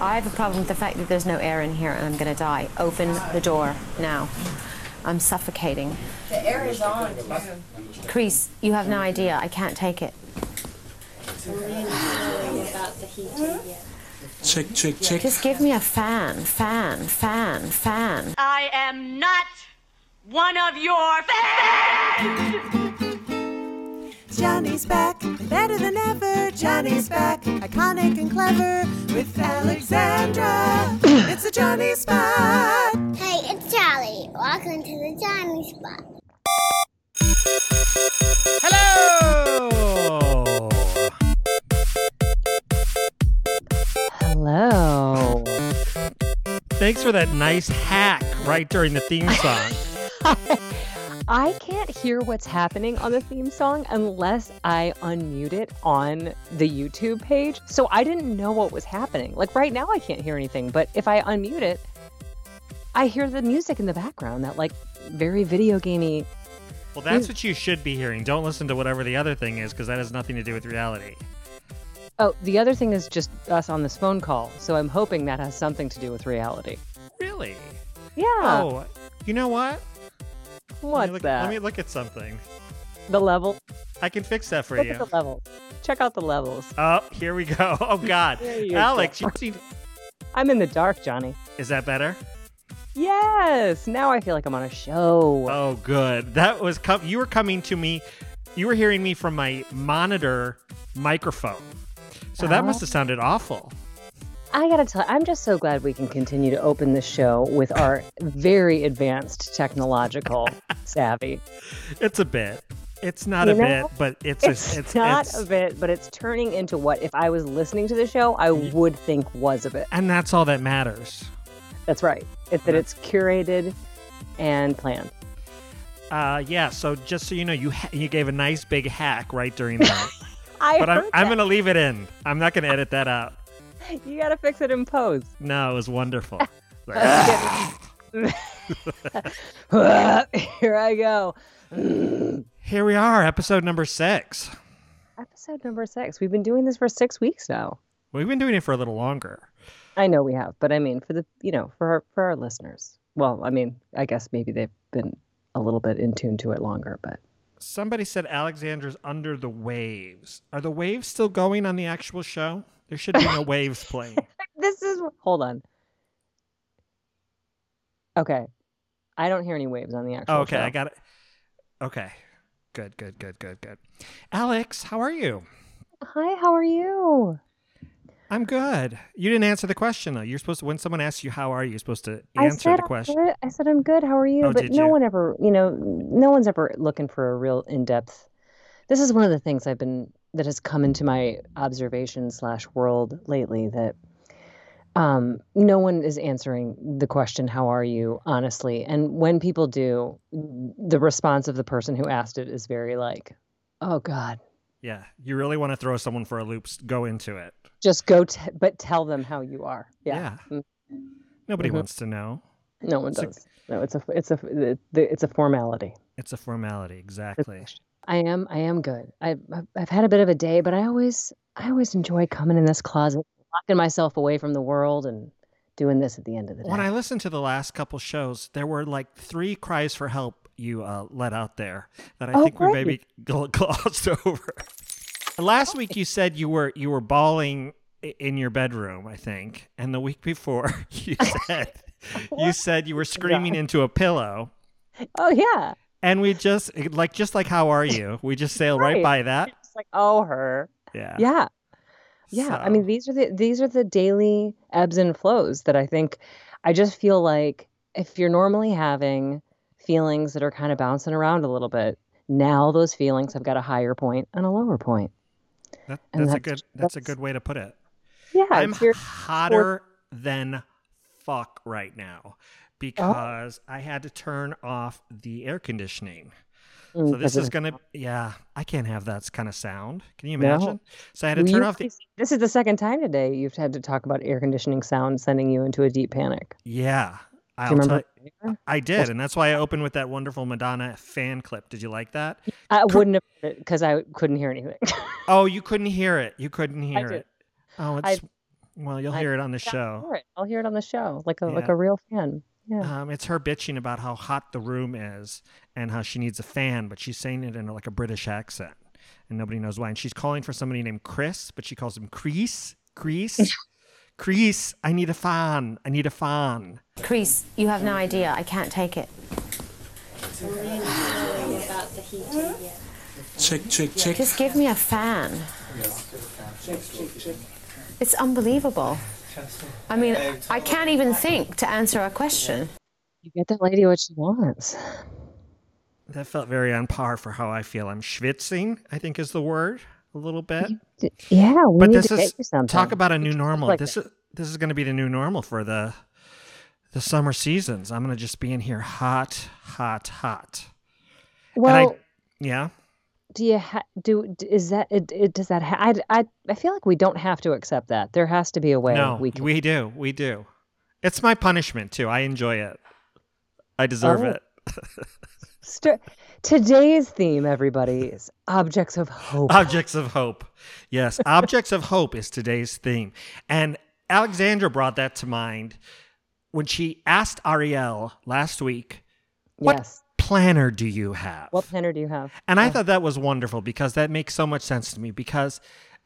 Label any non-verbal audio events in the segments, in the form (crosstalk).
I have a problem with the fact that there's no air in here and I'm going to die. Open the door now. I'm suffocating. The air is on too. Crease, you have no idea. I can't take it. about the heating yet. Check, check, check. Just give me a fan, fan, fan, fan. I am not one of your fans! Johnny's back, better than ever. Johnny's back, iconic and clever. With Alexandra, it's a Johnny spot. Hey, it's Charlie. Welcome to the Johnny Spot. Hello! Hello. Thanks for that nice hack right during the (laughs) theme song. I can't hear what's happening on the theme song unless I unmute it on the YouTube page. So I didn't know what was happening. Like right now, I can't hear anything, but if I unmute it, I hear the music in the background, that like very video gamey. Well, that's what you should be hearing. Don't listen to whatever the other thing is because that has nothing to do with reality. Oh, the other thing is just us on this phone call. So I'm hoping that has something to do with reality. Really? Yeah. Oh, you know what? let what's me look, that? Let me look at something. the level. I can fix that for Look you. at the levels. Check out the levels. Oh, here we go. (laughs) Oh, God. There you Alex, go. you seem- I'm in the dark, Johnny. Is that better? Yes. Now I feel like I'm on a show. Oh, good. That was com- you were coming to me. You were hearing me from my monitor microphone. So that Oh. must have sounded awful. I gotta tell I'm just so glad we can continue to open the show with our very (laughs) advanced technological savvy. It's a bit. It's not You a know, bit, but it's It's, a, it's not it's- a bit, but it's turning into what if I was listening to the show, I would think was a bit. and that's all that matters. That's right. It's that it's curated and planned. Uh, yeah. So just so you know, you ha- you gave a nice big hack right during that, (laughs) I but I'm heard I'm that. gonna leave it in. I'm not gonna edit that out. You gotta fix it in pose. No, it was wonderful. Like, (laughs) Here I go. here we are, episode number six. Episode number six. We've been doing this for six weeks now. We've been doing it for a little longer. I know we have, but I mean for the you know for our for our listeners. Well, I mean, I guess maybe they've been a little bit in tune to it longer, but Somebody said Alexandra's under the waves. Are the waves still going on the actual show? There should (laughs) be no waves playing. this is hold on. Okay, I don't hear any waves on the actual. Oh, okay, show. I got it. Okay, good, good, good, good, good. Alex, how are you? Hi, how are you? I'm good. You didn't answer the question though. You're supposed to when someone asks you how are you, you're supposed to I answer said the I'm question. good. I said I'm good. How are you? Oh, but did no you? one ever, you know, no one's ever looking for a real in depth. This is one of the things I've been that has come into my observation slash world lately that um, no one is answering the question "How are you?" honestly, and when people do, the response of the person who asked it is very like, "Oh God, Yeah, you really want to throw someone for a loop. s- Go into it. just go, t- but tell them how you are." Yeah, Mm, Nobody Mhm. wants to know. no one It's a- does. No, it's a it's a it's a formality. It's a formality, exactly. I am. I am good. I've I've- I've had a bit of a day, but I always I always enjoy coming in this closet, locking myself away from the world, and doing this at the end of the day. When I listened to the last couple shows, there were like three cries for help you uh, let out there that I Oh, think we great. maybe (laughs) gl- glossed over. last week you said you were you were bawling i- in your bedroom, I think, and the week before (laughs) (laughs) you said you said you were screaming into a pillow. oh yeah, And we just like just like how are you? We just sail right, Right. by (laughs) that. it's like oh her. Yeah. Yeah, yeah. I mean, Uh, So, these are the these are the daily ebbs and flows that I think. I just feel like if you're normally having feelings that are kind of bouncing around a little bit, now those feelings have got a higher point and a lower point. that- and that's a that's- good that's a that's- good way to put it. Yeah, I'm it's your- hotter than fuck right now Oh. because I had to turn off the air conditioning. (sighs) mm, So this because is of- going to yeah, I can't have that kind of sound. Can you imagine? So I had to Will turn you off the please- This is the second time today you've had to talk about air conditioning sound sending you into a deep panic. Yeah. I'll remember tell you- I did, and that's why I opened with that wonderful Madonna fan clip. Did you like that? I wouldn't have because I couldn't hear anything. (laughs) Oh, you couldn't hear it. You couldn't hear did. it. Oh, I- it's Well, you'll hear it on the show. Hear it. I'll hear it on the show, like a like Yeah. a real fan. Yeah. Um, it's her bitching about how hot the room is and how she needs a fan, but she's saying it in like a British accent, and nobody knows why. And she's calling for somebody named Chris, but she calls him Crease, (laughs) Crease, Crease. I need a fan. I need a fan. Crease, you have no idea. I can't take it. Check, check, check. Just give me a fan. It's unbelievable. I mean, I can't even think to answer a question. You get that lady what she wants. That felt very on par for how I feel. I'm schwitzing, I think is the word, a little bit. D- Yeah, we But need this to is get you something. talk about a new normal. like this is this is going to be the new normal for the the summer seasons. I'm going to just be in here hot, hot, hot. well. and I, yeah. do you ha- do d- is that it, it does that ha- I, I I feel like we don't have to accept that there has to be a way No, we we, can do. We do. It's my punishment too. I enjoy it. I deserve Oh. it. (laughs) St- today's theme everybody is objects of hope Objects of Hope. Yes, Objects of Hope is today's theme. And Alexandra brought that to mind when she asked Ariel last week, What yes planner do you have? what Oh. planner do you have And I thought that was wonderful because that makes so much sense to me because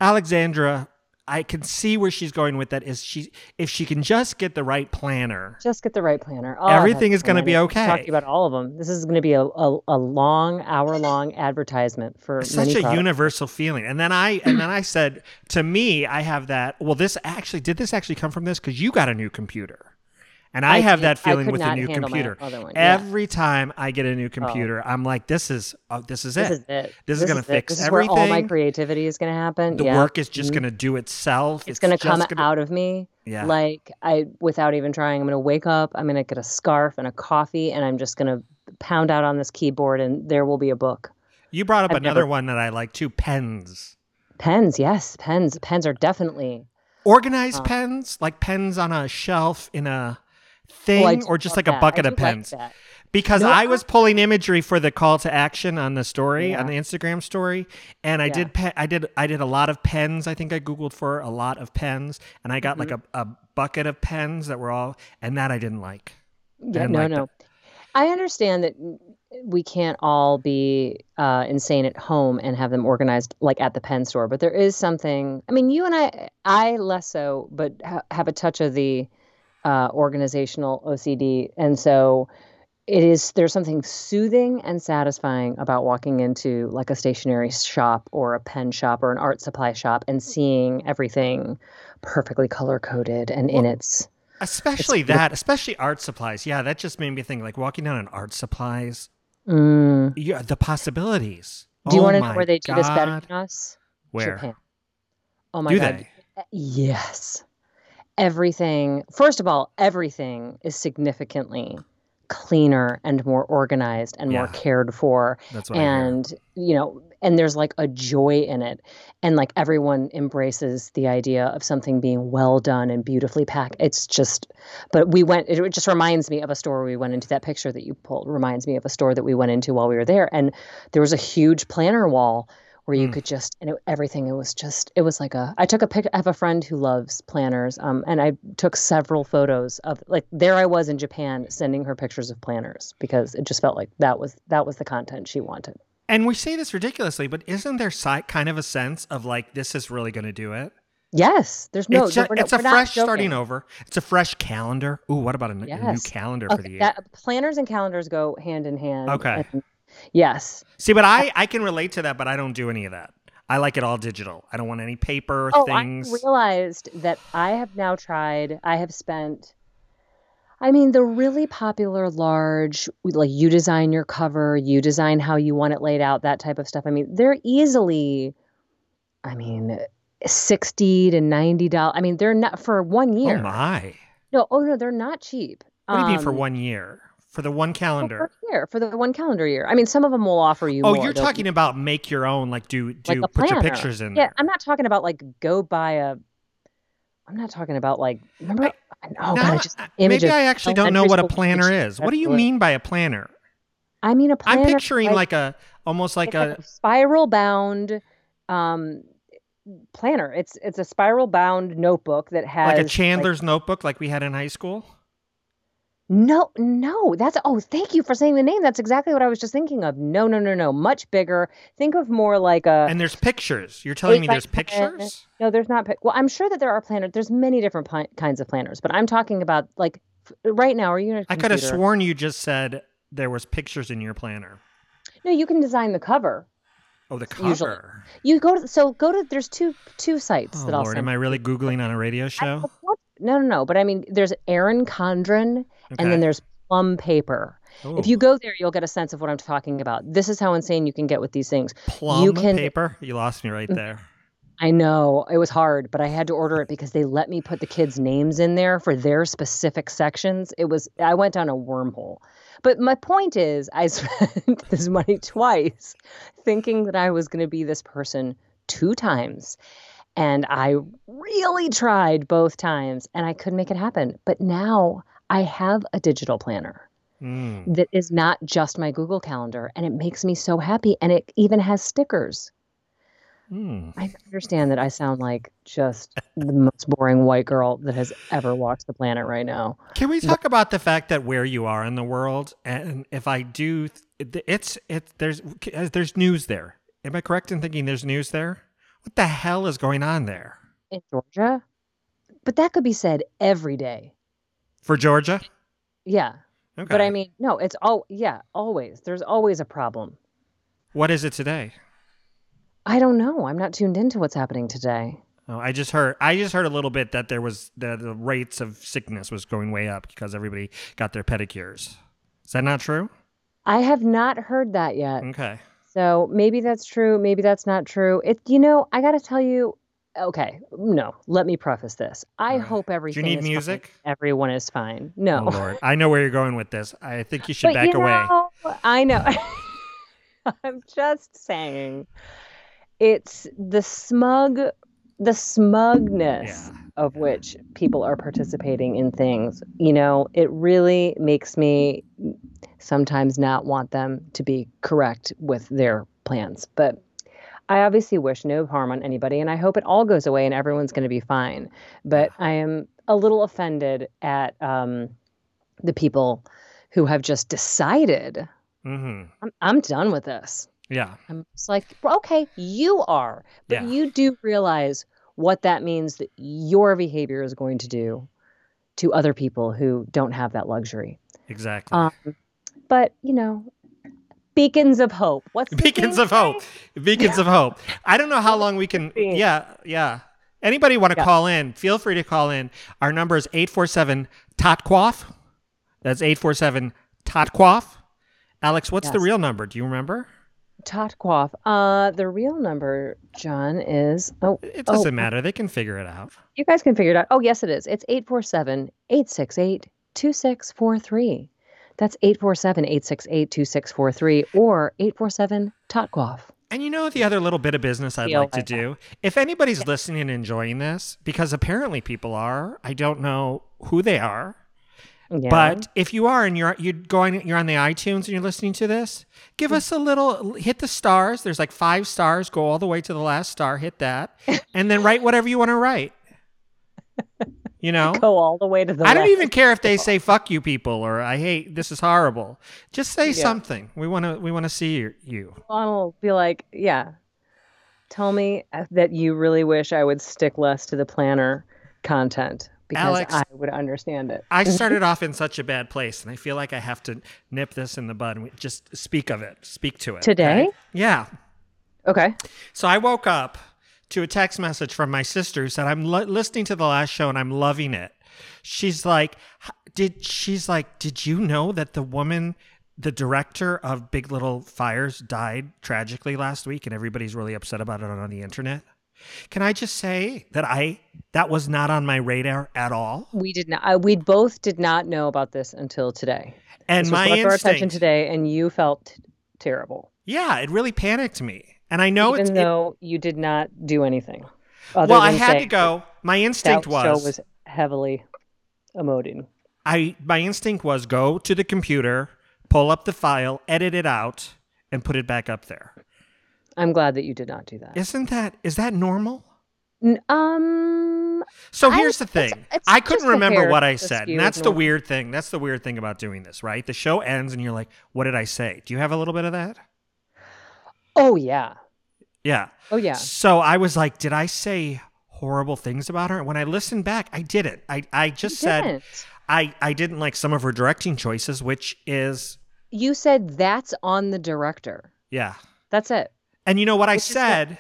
Alexandra, I can see where she's going with that is she if she can just get the right planner. just get the right planner Oh, Everything that's is gonna planner. be We can talk okay. about all of them this is going to be a, a, a long hour long advertisement for Such many a products. universal feeling. And then I and then I said to me, I have that. Well, this actually did this actually come from this because you got a new computer, and I, I have that did. I feeling could with a not new handle my computer. other one, yeah. Oh. Every time I get a new computer, I'm like, this is oh, this is this it. is it This is gonna it. fix this is where all my everything. creativity is going to happen The yeah. Mm-hmm. work is just gonna do itself. it's going to come just gonna- out of me Yeah. like i without even trying i'm going to wake up i'm going to get a scarf and a coffee and i'm just going to pound out on this keyboard and there will be a book You brought up I've another never- one that I like too: pens. pens yes pens pens are definitely Organized pens, like pens on a shelf in a thing, Well, Oh, I do or just love like a that. bucket I of do like pens. that. because No, I I- was pulling imagery for the call to action on the story on the Instagram story, and I Yeah. did pe- I did I did a lot of pens. I think I googled for a lot of pens, and I got like Mm-hmm. a, a bucket of pens that were all, and that I didn't like. yeah didn't no like no that. i understand that we can't all be uh, insane at home and have them organized like at the pen store but there is something i mean you and i i less so but ha- have a touch of the uh, organizational ocd and so it is there's something soothing and satisfying about walking into like a stationery shop or a pen shop or an art supply shop and seeing everything perfectly color coded and in its Especially that, especially art supplies. Yeah, that just made me think like walking down on art supplies. Mm. Yeah, the possibilities. do you Oh want to my know where they do this better God. than us Where Japan. Oh my do god. they? Yes. Everything, first of all, everything is significantly cleaner and more organized and more Yeah. cared for. That's what I hear. and, you know, and there's like a joy in it. And like everyone embraces the idea of something being well done and beautifully packed. It's just, but we went, it just reminds me of a store we went into. That picture that you pulled reminds me of a store that we went into while we were there. And there was a huge planner wall where you could just and it, everything it was just it was like a i took a pic i have a friend who loves planners um, and i took several photos of like there i was in japan sending her pictures of planners because it just felt like that was that was the content she wanted And we say this ridiculously, but isn't there si- kind of a sense of like this is really going to do it? yes there's no it's ju- we're not- it's a we're not fresh starting joking. over. It's a fresh calendar. Ooh, what about a, n- a new Yes. calendar for the okay, year? that, planners and calendars go hand in hand Okay. and- yes See, but I I can relate to that, but I don't do any of that. I like it all digital. I don't want any paper Oh, things. I realized that I have now tried, I have spent, I mean, the really popular large, like you design your cover, you design how you want it laid out, that type of stuff. I mean, they're easily, I mean, 60 to 90 dollars. I mean, they're not for one oh year. my! No, oh no, they're not cheap. What do you mean for Um, one year? For the one calendar? For a year, for the one calendar year. I mean, some of them will offer you Oh, more. you're They'll- talking about make your own, like do do like a put your planner. pictures in Yeah, there. I'm not talking about like go buy a. I'm not talking about like remember. I, Now, oh God, I just I- images. maybe I actually don't know elementary what a school planner pictures. is. What do That's you mean by a planner? I mean a planner. I'm picturing like, a almost like it's like a a spiral bound. Um, planner. It's it's a spiral bound notebook that has like a Chandler's notebook, like we had in high school. No, no, that's oh, thank you for saying the name. That's exactly what I was just thinking of. No, no, no, no, much bigger. Think of more like a And there's pictures. You're telling Eight me by there's ten. pictures? No, there's not. pic- Well, I'm sure that there are planners. There's many different pi- kinds of planners, but I'm talking about like f- right now. Are you? in a I could have computer? sworn you just said there was pictures in your planner. No, you can design the cover. Oh, the cover. Usually. You go to so go to. There's two two sites Oh that I'll Lord, send. am I really googling on a radio show? No, no, no. But I mean, there's Erin Condren, and Okay. then there's Plum Paper. If Ooh. you go there, you'll get a sense of what I'm talking about. This is how insane you can get with these things. Plum you can- Mm. paper. You lost me right there. I know it was hard, but I had to order it because they let me put the kids' names in there for their specific sections. It was I went down a wormhole. But my point is, I (laughs) spent this money twice, thinking that I was going to be this person two times, and I really tried both times, and I could make it happen. But now I have a digital planner Mm. that is not just my Google Calendar, and it makes me so happy, and it even has stickers. Mm. I understand that I sound like just the most boring white girl that has ever walked the planet right now. Can we talk about the fact that where you are in the world, and if I do, th- it's it there's uh, there's news there. Am I correct in thinking there's news there? What the hell is going on there In Georgia? But that could be said every day. for Georgia? Yeah. Okay. But I mean, no, it's all, yeah, always. There's always a problem. what is it today? I don't know. I'm not tuned into what's happening today. Oh, I just heard. I just heard a little bit that there was that the rates of sickness was going way up because everybody got their pedicures. Is that not true? I have not heard that yet. Okay. So maybe that's true. Maybe that's not true. It, you know, I got to tell you, okay, no, let me preface this. I All right. hope Do everything you need is fine. music? Everyone is fine. No. Oh Lord, I know where you're going with this. I think you should back you away. know, I know. (laughs) I'm just saying, it's the smug, the smugness of which people are participating in things. You know, it really makes me sometimes not want them to be correct with their plans, but. I obviously wish no harm on anybody, and I hope it all goes away and everyone's going to be fine. But I am a little offended at um, the people who have just decided Mm-hmm. I'm, I'm done with this. Yeah. I'm just like, "Well, okay, you are, but Yeah. you do realize what that means that your behavior is going to do to other people who don't have that luxury. Exactly. Um, but you know, beacons of hope. What's the Beacons thing? of hope. Beacons of hope. I don't know how long we can. Beacons. Yeah. Yeah. Anybody want to Yeah. call in? Feel free to call in. Our number is 847 Totquoff. That's 847 Totquoff. Alex, what's the Yes. real number? Do you remember? Totquoff. Uh, the real number, John, is oh, It oh, doesn't matter. They can figure it out. You guys can figure it out. Oh, yes, it is. It's 847 868 2643. That's 847 868 2643 or 847 Totquoff. And you know the other little bit of business I'd Feel like to like that. do? If anybody's listening and enjoying this, because apparently people are, I don't know who they are. Yeah. But if you are and you're you going you're on the iTunes and you're listening to this, give Hmm. us a little hit the stars. There's like five stars. Go all the way to the last star. Hit that, and then write whatever you want to write. You know, (laughs) go all the way to the I don't left. even care if they (laughs) say "fuck you, people" or "I hate this is horrible." Just say something. We want to we want to see you. you. I'll be like, yeah, tell me uh, that you really wish I would stick less to the planner content because Alex- I would understand it. I started off in such a bad place, and I feel like I have to nip this in the bud. and we- Just speak of it. Speak to it okay? Today? Yeah. Okay. So I woke up to a text message from my sister who said, "I'm lo- listening to the last show and I'm loving it." She's like, "H- "Did she's like, did you know that the woman, the director of Big Little Fires, died tragically last week, and everybody's really upset about it on the internet?" Can I just say that I that was not on my radar at all, We did not, I, we both did not know about this until today. and this was my brought to our attention instinct, today, and you felt terrible. yeah, it really panicked me, and I know it's even it- though you did not do anything. other well, I than had to say go. My That instinct show was heavily emoting. I my instinct was go to the computer, pull up the file, edit it out, and put it back up there. I'm glad that you did not do that. Isn't that is that normal? N- Um, So I- here's the thing. it's- it's I couldn't just the remember hair what I that's said. skewed And that's the more. weird thing. That's the weird thing about doing this, right? The show ends and you're like, what did I say? Do you have a little bit of that? oh yeah, Yeah. oh yeah. So I was like, did I say horrible things about her? And when I listened back, I didn't. I, I just said Didn't. I, I didn't like some of her directing choices, which is, you said that's on the director. yeah. That's it. And you know what I is said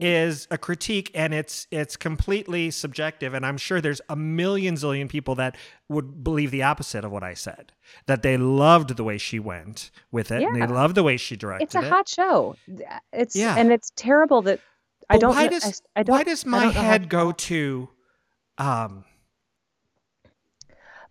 is a critique and it's it's completely subjective and I'm sure there's a million zillion people that would believe the opposite of what I said. That they loved the way she went with it and they Yeah. loved the way she directed It's a it. hot show. It's Yeah. and it's terrible that I But don't. why kn- I does s- I, don't. why does I my don't know how- head go to um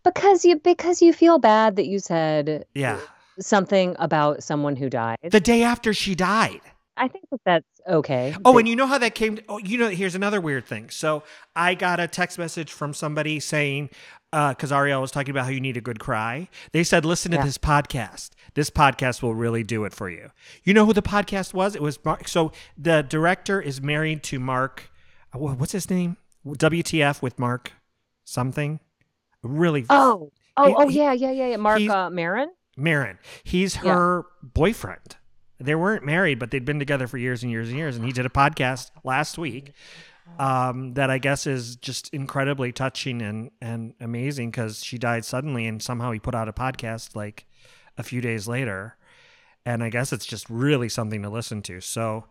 Because you because you feel bad that you said yeah. something about someone who died. The day after she died. I think that that's okay. Oh, that- and you know how that came? Oh, you know, here's another weird thing. So I got a text message from somebody saying, because Ariel was talking about how you need a good cry. They said, listen to Yeah. this podcast. This podcast will really do it for you. You know who the podcast was? It was Mark. So the director is married to Mark. uh, wha- What's his name? WTF with Mark something? Really? oh oh He- oh he- yeah yeah yeah yeah. Mark he's- uh, Maron. Marin. He's Yeah. her boyfriend. They weren't married, but they'd been together for years and years and years. And he did a podcast last week um, that I guess is just incredibly touching and and amazing because she died suddenly, and somehow he put out a podcast like a few days later. And I guess it's just really something to listen to. So.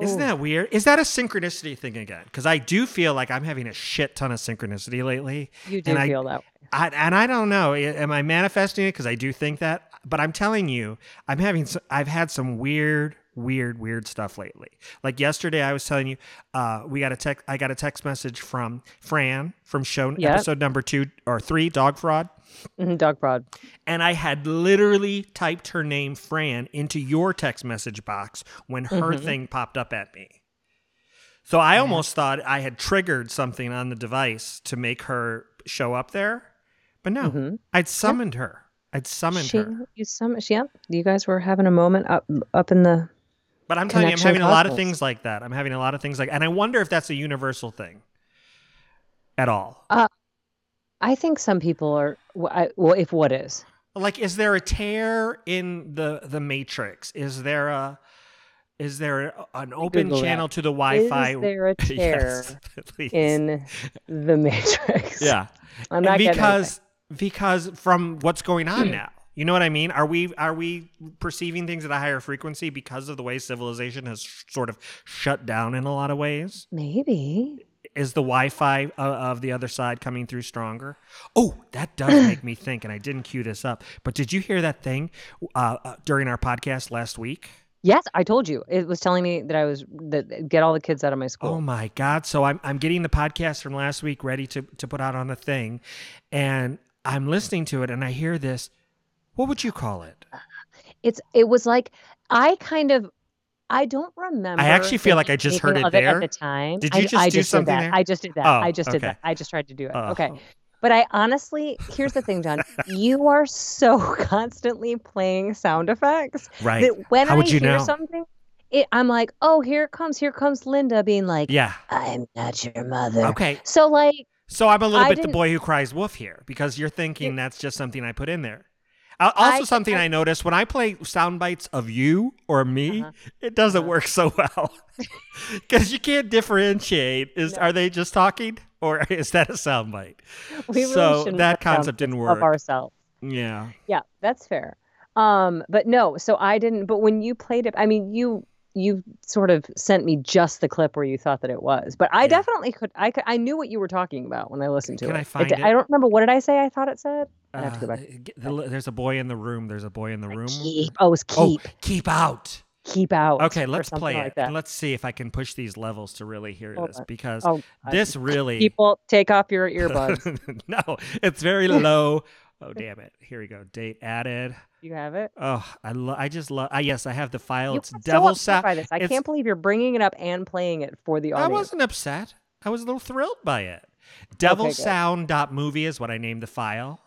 Isn't Oh. that weird? Is that a synchronicity thing again? Because I do feel like I'm having a shit ton of synchronicity lately. You do and I- feel that. Way. I, and I don't know. i- Am I manifesting it? Because I do think that. But I'm telling you, I'm having. s I've had some weird, weird, weird stuff lately. Like yesterday, I was telling you, uh, we got a text. I got a text message from Fran from show Yep. episode number two or three, dog fraud. Mhm, Dog Broad. And I had literally typed her name Fran into your text message box when her Mm-hmm. thing popped up at me. So I almost thought I had triggered something on the device to make her show up there. But no, Mhm. I'd summoned her. I'd summoned She her. you some she, yeah. You guys were having a moment up up in the But I'm telling you, I'm Connection having a lot of cosmos. things like that. I'm having a lot of things like and I wonder if that's a universal thing at all. I think some people are. Well, I, well if what is like is there a tear in the the matrix is there a is there a- an open Google that. channel to the wi-fi is there a tear (laughs) Yes, (laughs) please. in the Matrix? yeah I'm not getting because because from what's going (clears throat) on now you know what i mean are we are we perceiving things at a higher frequency because of the way civilization has sh- sort of shut down in a lot of ways anything. maybe is the Wi-Fi o- of the other side coming through stronger? Oh, that (clears throat) does make me think, and I didn't cue this up. But did you hear that thing uh, uh, during our podcast last week? yes. I told you it was telling me that I was that get all the kids out of my school. Oh my God! So I'm I'm getting the podcast from last week ready to to put out on the thing, and I'm listening to it, and I hear this. What would you call it? It's it was like I kind of I don't remember. I actually feel like thinking I just anything heard it of there. at the time. Did I- you just I do something did that. there? I just did that. Oh, I just did okay. that. I just tried to do it. Oh. okay. But I honestly, here's the (laughs) thing, John. you are so (laughs) constantly playing sound effects Right? that when How would I you hear know? something, it, I'm like, oh, here it comes, here comes Linda being like, yeah. I'm not your mother. Okay. So like, So I'm a little I bit the didn't- boy who cries wolf here because you're thinking that's just something I put in there. Al- Also, I- something I, noticed when I play sound bites of you or me, Uh-huh. it doesn't Uh-huh. work so well (laughs) because you can't differentiate. Is are they just talking or (laughs) is that a sound bite? we really so shouldn't that put sound concept didn't of work. ourselves. yeah, Yeah, that's fair. Um, but no, so I didn't. But when you played it, I mean, you you sort of sent me just the clip where you thought that it was. But I Yeah. definitely could. I could, I knew what you were talking about when I listened to Can it. I find di- it? I don't remember what did I say. I thought it said. I have to go Uh, back. g- the- there's a boy in the room. There's a boy in the room. Keep. Oh, it was Oh, keep. keep out. Keep out. Okay, or let's something play like it. that. And let's see if I can push these levels to really hear Hold this on. because Oh, God. this really people, take off (laughs) your earbuds. no, it's very low. Oh damn it! Here we go. Date added. you have it. Oh, I lo- I just love. I yes, I have the file. You it's are so Devil upset Sound. by this. I it's- can't believe you're bringing it up and playing it for the I audience. wasn't upset. I was a little thrilled by it. Devil good. Sound dot movie is what I named the file.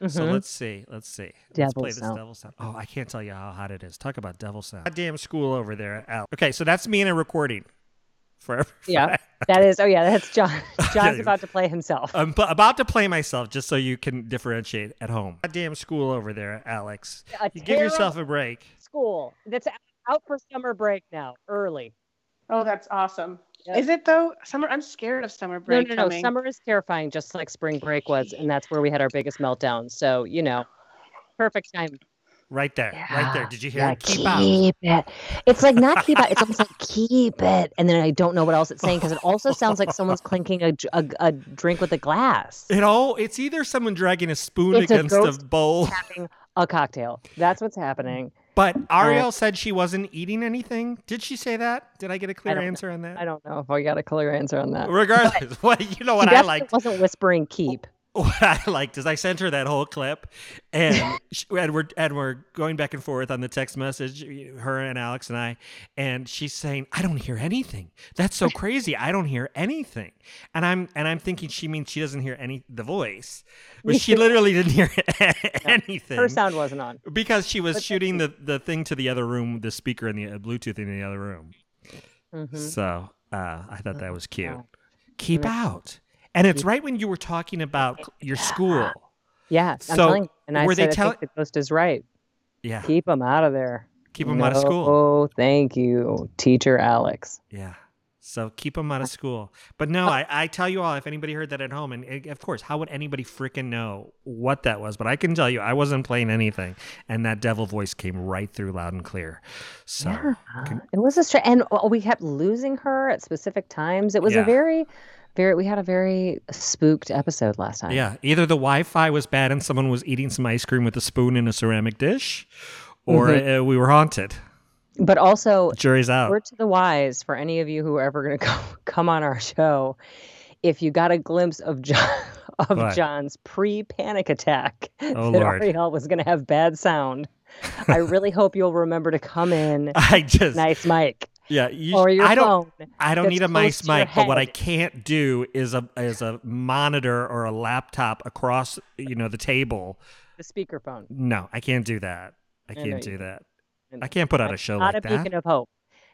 So Mhm. let's see. Let's see. let's Devil play this Sound. devil sound. Oh, I can't tell you how hot it is. Talk about devil sound. Goddamn school over there, Al. Okay, so that's me in a recording. For (laughs) every Yeah. That is. Oh yeah, that's (laughs) John. (laughs) John's Okay. about to play himself. I'm bu- about to play myself just so you can differentiate at home. Goddamn school over there, Alex. A You give yourself a break. school that's out for summer break now, early. Oh, that's awesome. Yep. Is it though? Summer. I'm scared of summer break no, no, coming. no. Summer is terrifying, just like spring break was, and that's where we had our biggest meltdown. So you know, perfect time. Right there. Right there. Yeah. Did you hear it? Keep out. keep it. It's like not keep out. It's almost like keep it, and then I don't know what else it's saying because it also sounds (laughs) like someone's clinking a, j- a- a drink with a glass, It all it's either someone dragging a spoon It's a against a, ghost bowl. having a cocktail. That's what's happening. But Ariel said she wasn't eating anything. Did she say that? Did I get a clear don't know. answer on that? I don't know if I got a clear answer on that. Regardless, (laughs) what you know what she I definitely liked. wasn't whispering keep. (laughs) What I liked is I sent her that whole clip, and she, and we're and we're going back and forth on the text message, her and Alex and I, and she's saying, "I don't hear anything. That's so crazy. I don't hear anything." And I'm and I'm thinking she means she doesn't hear any the voice, but (laughs) she literally didn't hear (laughs) anything Her sound wasn't on. because she was shooting the the thing to the other room, the speaker and the uh, Bluetooth in the other room. Mhm. So uh, I thought that was cute. Yeah. Keep out. And it's right when you were talking about cl- your school. Yeah, I'm So, telling you. And I were they said, I tell- think the ghost is right. Yeah. Keep them out of there. Keep them out of school. Oh, thank you, teacher Alex. Yeah. So keep them out of school. But Uh, no, I, I tell you all, if anybody heard that at home, and eh, of course, how would anybody freaking know what that was? But I can tell you, I wasn't playing anything. And that devil voice came right through loud and clear. So, can- Ah, It was a str- and uh, we kept losing her at specific times. It was Yeah. a very, very. We had a very spooked episode last time. yeah, either the Wi Fi was bad and someone was eating some ice cream with a spoon in a ceramic dish, or Mm-hmm. eh, we were haunted. But also, Jury's out. word to the wise for any of you who are ever going to go, (laughs) come on our show, if you got a glimpse of John. (laughs) Of What? John's pre-panic attack Oh, that Lord. Ariel was going to have bad sound. I really hope you'll remember to (laughs) come in (laughs) I just nice mic yeah. You, or your I don't. phone. I don't that's need a close mice to your mic, but what I head. can't do is a is a monitor or a laptop across you know the table. the speakerphone. No, I can't do that. I know can't you do that. I I can't put on a show Not like a that. beacon of hope.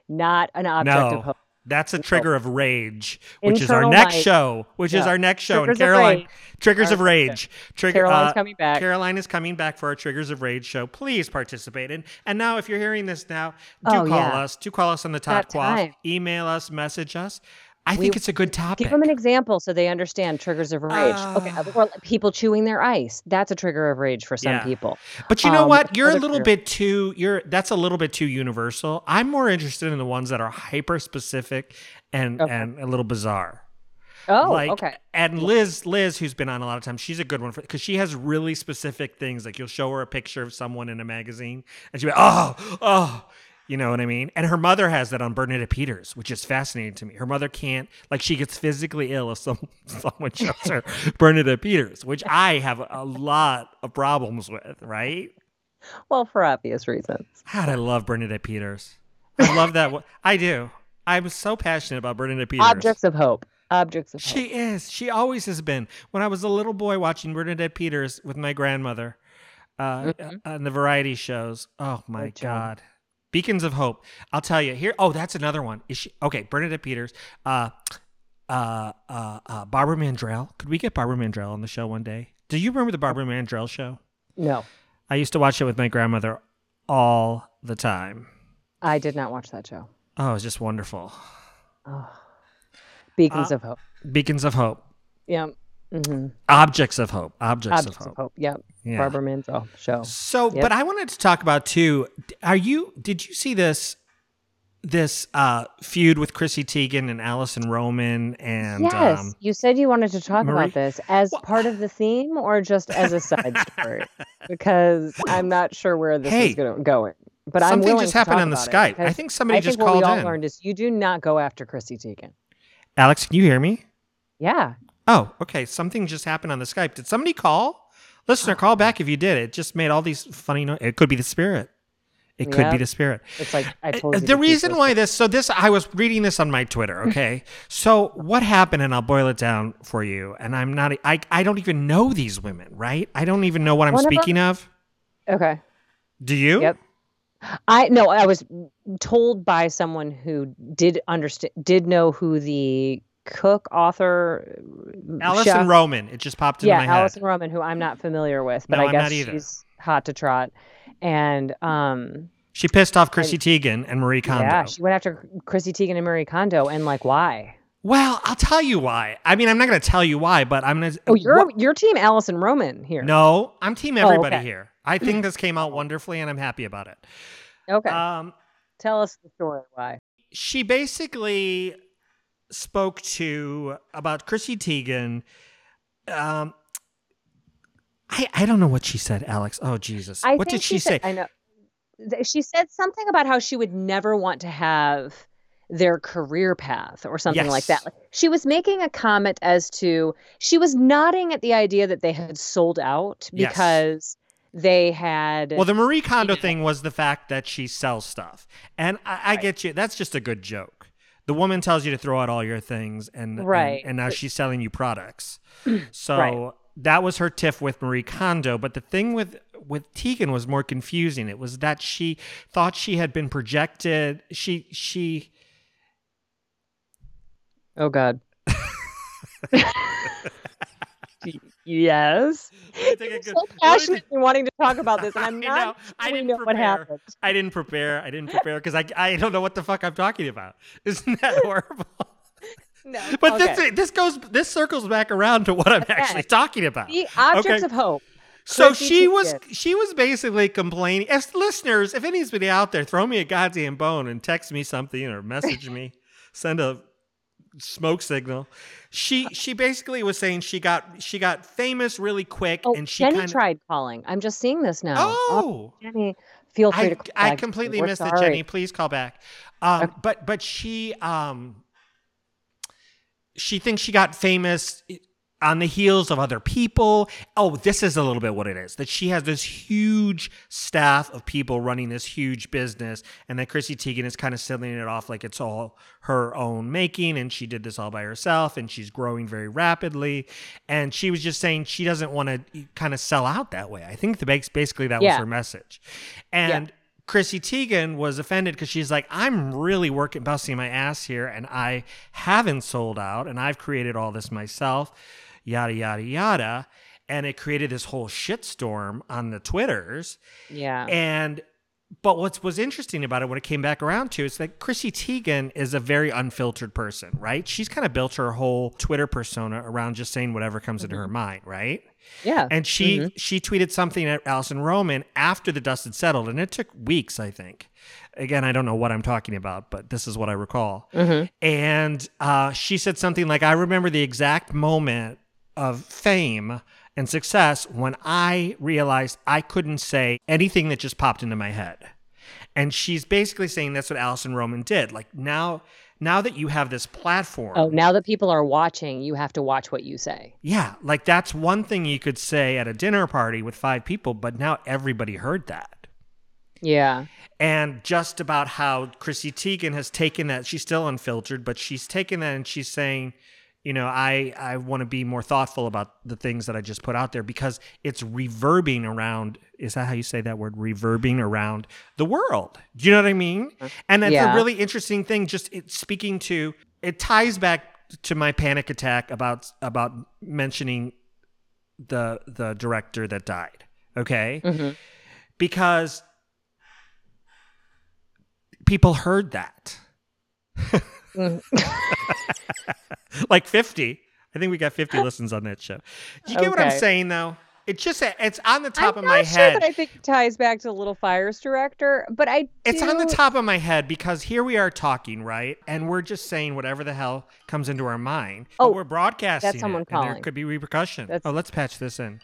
Not an object of No, hope. that's a No. trigger of rage, which is our Internal next mic. show, which is Yeah. our next show. Triggers and of Caroline, rage. triggers Our of rage, trigger. Caroline's uh, coming back. Caroline is coming back for our Triggers of Rage show. Please participate in. And now, if you're hearing this now, do Oh, call yeah. us. Do call us on the top quaff. time. Email us, message us. I We- think it's a good topic. Give them an example so they understand triggers of rage. okay, Ah. or like people chewing their ice. That's a trigger of rage for some Yeah. people. But you know Um, what? You're a other little career- bit too. You're that's a little bit too universal. I'm more interested in the ones that are hyper specific and Okay. and a little bizarre. Oh, like, okay. And Liz, Liz, who's been on a lot of times, she's a good one for because she has really specific things. Like you'll show her a picture of someone in a magazine, and she'll be, oh, oh, you know what I mean. And her mother has that on Bernadette Peters, which is fascinating to me. Her mother can't like she gets physically ill if some (laughs) someone shows (laughs) her Bernadette Peters, which I have a lot of problems with. Right? Well, for obvious reasons. God, I love Bernadette Peters. I love that. one. I do. I'm so passionate about Bernadette Peters. Objects of hope. Objects of hope. She is. She always has been. When I was a little boy watching Bernadette Peters with my grandmother uh, on the variety shows, oh my Good Mm-hmm. job. God. Beacons of Hope. I'll tell you here. Oh, that's another one. Is she okay? Bernadette Peters. Uh, uh, uh, uh, Barbara Mandrell. Could we get Barbara Mandrell on the show one day? Do you remember the Barbara Mandrell show? No, I used to watch it with my grandmother all the time. I did not watch that show. Oh, it was just wonderful. Beacons Uh, of hope. Beacons of hope. Yeah. hmm Objects of hope. Objects, Objects of hope. Yeah. Yeah. Barbara Mandrell show. So, but I wanted to talk about too. d- Are you? Did you see this? This uh, feud with Chrissy Teigen and Allison Roman and yes, um, you said you wanted to talk Marie- about this as Well- part of the theme or just as (laughs) a side story, because I'm not sure where this Hey, is going to go. in. But I'm something willing just to happened talk on the about it Skype. I because think somebody I just think what called we all in. learned is you do not go after Chrissy Teigen. Alex. Can you hear me? Yeah, Oh, okay. Something just happened on the Skype. Did somebody call? Listener, call back if you did. It just made all these funny. No- it could be the spirit. It could be Yeah. the spirit. it's like I Uh, told you. Mm. to the keep reason this- why this so this i was reading this on my twitter okay so what happened and i'll boil it down for you and i'm not i, I don't even know these women right i don't even know what i'm One of them- speaking of Okay. do you Yep. I no, I was told by someone who did understand, did know who the cook, author, uh, Allison chef. Roman. It just popped into yeah, my Allison head. Roman, who I'm not familiar with, but No, I I'm guess not either. she's hot to trot. And um, She pissed off Chrissy Teigen and Marie Kondo. yeah, she went after Chrissy Teigen and Marie Kondo, and like, why? Well, I'll tell you why. I mean, I'm not going to tell you why, but I'm going to. Oh, you're your team, Allison Roman here. Oh, No, I'm team everybody okay. here. I think this came out wonderfully, and I'm happy about it. okay, Um, tell us the story. Why? she basically spoke to about Chrissy Teigen. Um, I I don't know what she said, Alex. Oh Jesus, I what did think she, say? said- I know. Th- She said something about how she would never want to have their career path or something like that. Yes. Like, she was making a comment as to she was nodding at the idea that they had sold out Yes. because they had Well, the Marie Kondo thing was the fact that she sells stuff, and I, I get you. That's just a good joke. The woman tells you to throw out all your things, and and- Right. and, now she's selling you (clears throat) products. So Right. that was her tiff with Marie Kondo. But the thing with with Tegan was more confusing. It was that she thought she had been projected. She she (laughs) Oh God. yes. I think I You're could- so what is it? passionately wanting to talk about this, and (laughs) I'm I not. know. sure I we didn't know what prepare. (laughs) happened. I didn't prepare. I didn't prepare because I I don't know what the fuck I'm talking about. Isn't (laughs) that horrible? No. But okay. this this goes this circles back around to what I'm actually talking about. the objects okay. of hope. So Chrissy she was Teigen. she was basically complaining. As listeners, if anybody out there, throw me a goddamn bone and text me something or message (laughs) me, send a smoke signal. Uh. She she basically was saying she got she got famous really quick Oh, and she Jenny kind of tried calling. I'm just seeing this now. oh Jenny, feel free I, to. Call I back. completely We're missed it, sorry. Jenny. Please call back. Um, But but she um, she thinks she got famous on the heels of other people. Oh, this is a little bit what it is that she has this huge staff of people running this huge business, and that Chrissy Teigen is kind of selling it off like it's all her own making, and she did this all by herself, and she's growing very rapidly. And she was just saying she doesn't want to kind of sell out that way. I think the bas- basically that was Yeah. her message, and. Chrissy Teigen was offended because she's like, I'm really working, busting my ass here, and I haven't sold out, and I've created all this myself, yada, yada, yada. And it created this whole shitstorm on the Twitters. Yeah. And but what was interesting about it when it came back around to is that Chrissy Teigen is a very unfiltered person, right? She's kind of built her whole Twitter persona around just saying whatever comes into her mind, right? yeah. Mm-hmm. And she she tweeted something at Allison Roman after the dust had settled, and it took weeks, I think. Again, I don't know what I'm talking about, but this is what I recall. Mm-hmm. And uh, she said something like, "I remember the exact moment of fame and success when I realized I couldn't say anything that just popped into my head." And she's basically saying that's what Allison Roman did. Like now, now that you have this platform, oh, now that people are watching, you have to watch what you say. yeah, like that's one thing you could say at a dinner party with five people, but now everybody heard that. Yeah. And just about how Chrissy Teigen has taken that, she's still unfiltered, but she's taken that and she's saying, you know, I, I want to be more thoughtful about the things that I just put out there because it's reverbing around. Is that how you say that word? Reverbing around the world. Do you know what I mean? And that's a Yeah. really interesting thing. Just it, speaking to it ties back to my panic attack about about mentioning the the director that died. Okay, Mhm. because people heard that (laughs) Mhm. like 50 i think we got 50 listens on that show you get what i'm Okay. saying though it's just it's on the top I'm of my not head sure that I think it ties back to Little Fires director, but I. it's on the do- top of my head because here we are talking right and we're just saying whatever the hell comes into our mind but Oh, we're broadcasting that's someone it, and there calling. could be repercussions That's- oh let's patch this in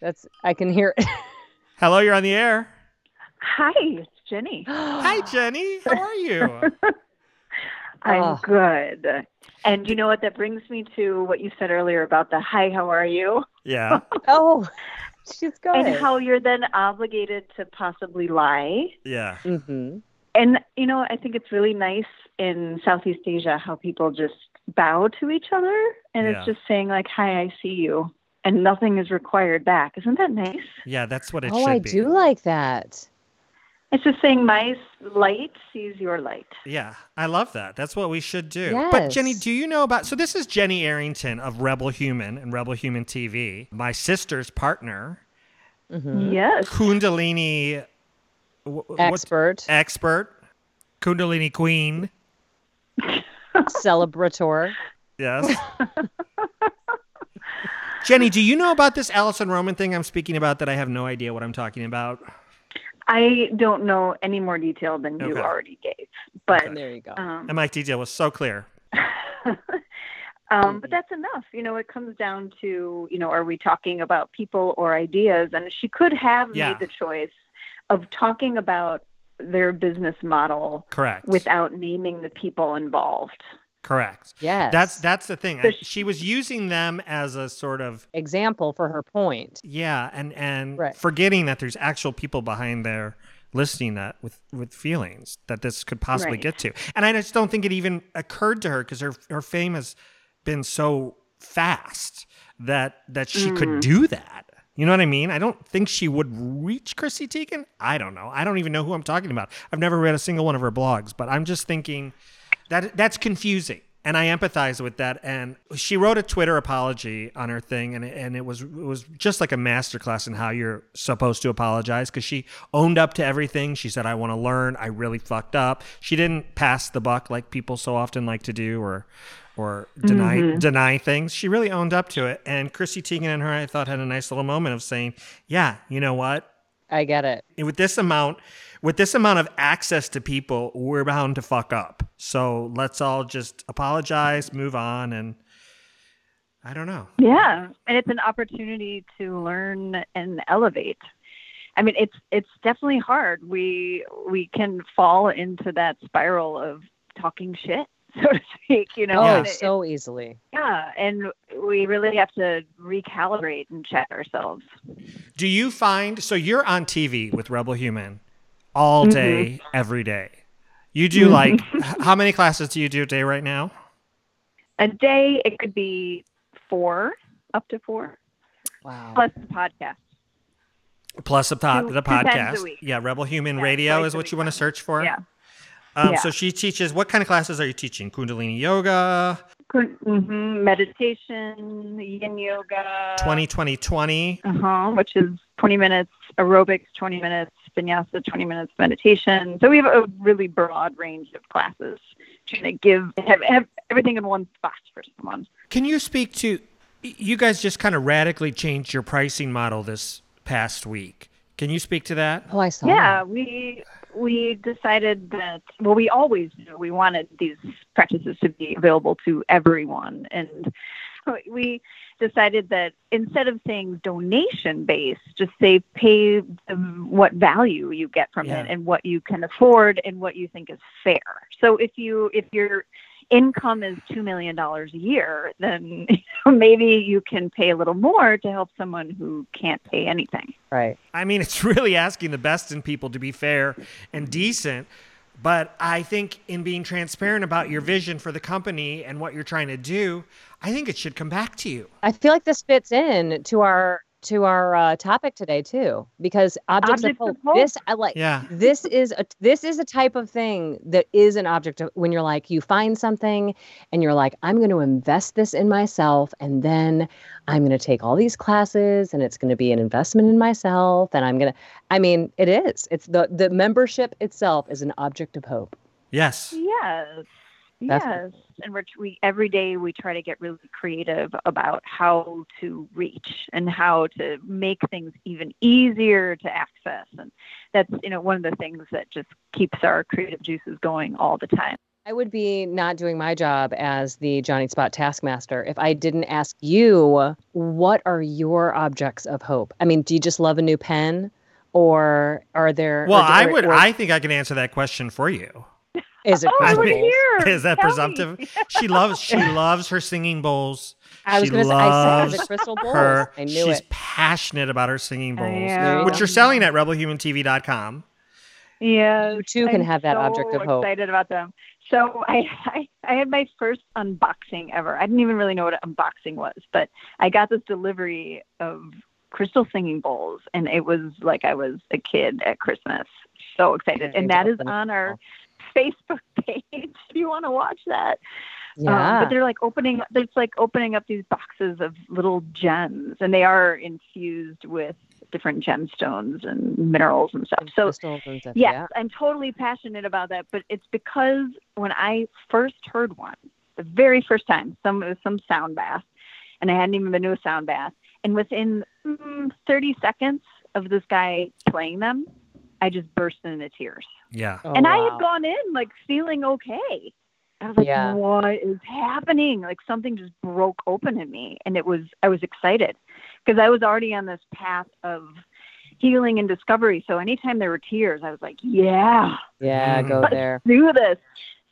That's I can hear. it. hello you're on the (gasps) air Hi, it's Jenny. hi jenny how are (laughs) you I'm Oh. good. And you know what? That brings me to what you said earlier about the hi, how are you? yeah (laughs) oh, (laughs) she's good. And how you're then obligated to possibly lie. yeah hmm And, you know, I think it's really nice in Southeast Asia how people just bow to each other. And Yeah. it's just saying, like, hi, I see you. And nothing is required back. Isn't that nice? yeah that's what it Oh, should I be do like that. It's just saying my light sees your light. Yeah, I love that. That's what we should do. But Jenny, Yes. do you know about? So this is Jenny Arrington of Rebel Human and Rebel Human TV, my sister's partner, Yes. Kundalini wh- wh- what's- (laughs) Expert, expert, Kundalini queen. celebrator. (laughs) Yes. Jenny, do you know about this Allison Roman thing I'm speaking about that I have no idea what I'm talking about? I don't know any more detail than you Okay. already gave, but There you go. um, And Mike detail was so clear. um, but that's enough. You know, it comes down to you know, are we talking about people or ideas? And she could have Yeah. made the choice of talking about their business model Correct. without naming the people involved. Correct. Yes. That's that's the thing. So I- she was using them as a sort of example for her point. yeah, and and Right. forgetting that there's actual people behind there listening that with with feelings that this could possibly Right. get to. And I just don't think it even occurred to her because her her fame has been so fast that that she could do that. You know what I mean? I don't think she would reach Chrissy Teigen. I don't know. I don't even know who I'm talking about. I've never read a single one of her blogs, but I'm just thinking that that's confusing. And I empathize with that. And she wrote a Twitter apology on her thing, and and it was it was just like a masterclass in how you're supposed to apologize because she owned up to everything. She said, "I want to learn. I really fucked up." She didn't pass the buck like people so often like to do, or or deny deny things. She really owned up to it. And Chrissy Teigen and her, I thought, had a nice little moment of saying, "Yeah, you know what? I get it. with this amount with this amount of access to people we're bound to fuck up so let's all just apologize move on and i don't know Yeah, and it's an opportunity to learn and elevate. I mean, it's it's definitely hard. We we can fall into that spiral of talking shit, (laughs) so to speak. You know, Oh, and it- so easily. yeah, and we really have to recalibrate and check ourselves. do you find so you're on tv with rebel human Mm-hmm. all day every day you do like h- how many classes do you do a day right now A day it could be four, up to four, Wow. plus the podcast. plus the, pod, Two- the two times a podcast week. yeah rebel human Yeah, radio twice is a what week you want to now. search for Yeah. um, Yeah. so she teaches what kind of classes are you teaching kundalini yoga hmm Meditation, yin yoga, 20 20 20 uh-huh, which is 20 minutes aerobics, 20 minutes vinyasa, 20 minutes meditation. So we have a really broad range of classes trying to give have, have everything in one spot for someone. Can you speak to you guys just kind of radically changed your pricing model this past week. Can you speak to that? Oh, I saw. Yeah, we we decided that well, we always knew we wanted these practices to be available to everyone, and we decided that instead of saying donation based, just say pay the, what value you get from Yeah. it and what you can afford and what you think is fair. So if you if your income is two million dollars a year, then (laughs) maybe you can pay a little more to help someone who can't pay anything. Right. I mean, it's (laughs) really asking the best in people to be fair and decent. But I think in being transparent about your vision for the company and what you're trying to do, I think it should come back to you. I feel like this fits in to our to our uh, topic today too, because objects, Objects of, hope, of hope. This I like. Yeah. This is a this is a type of thing that is an object of when you're like you find something and you're like I'm going to invest this in myself and then I'm going to take all these classes and it's going to be an investment in myself and I'm going to I mean it is it's the the membership itself is an object of hope. Yes. Yes. That's- yes. And we're, we every day we try to get really creative about how to reach and how to make things even easier to access. And that's you know one of the things that just keeps our creative juices going all the time. I would be not doing my job as the Johnny Spot taskmaster if I didn't ask you what are your objects of hope. I mean, do you just love a new pen, or are there? Well, or- I or- would. or I think I can answer that question for you. is it? Oh, I I want to mean, hear. (laughs) Is that Tell me. presumptive? She loves. She loves her singing bowls. I was she gonna say- I said it was loves a crystal bowl. her. I knew She's it. passionate about her singing bowls, am. which you're selling at rebelhumantv.com. Yeah, You too can I'm have that so object of hope. Excited about them. So (laughs) I, I I had my first unboxing ever. I didn't even really know what unboxing was, but I got this delivery of crystal singing bowls, and it was like I was a kid at Christmas. so excited. And that is on our Wonderful. Facebook (laughs) page if you want to watch that. Um, Yeah. but they're like opening. It's like opening up these boxes of little gems, and they are infused with different gemstones and minerals and stuff. So Crystals and stuff, Yes, yeah. I'm totally passionate about that, but it's because when I first heard one, the very first time, some it was some sound bath, and I hadn't even been to a sound bath, and within mm, 30 seconds of this guy playing them, I just burst into tears. Yeah. Oh, and I wow. had gone in like feeling okay. I was like, Yeah. what is happening? Like something just broke open in me. And it was, I was excited because I was already on this path of healing and discovery. So anytime there were tears, I was like, yeah, Yeah, go Mhm. (laughs) there. do this.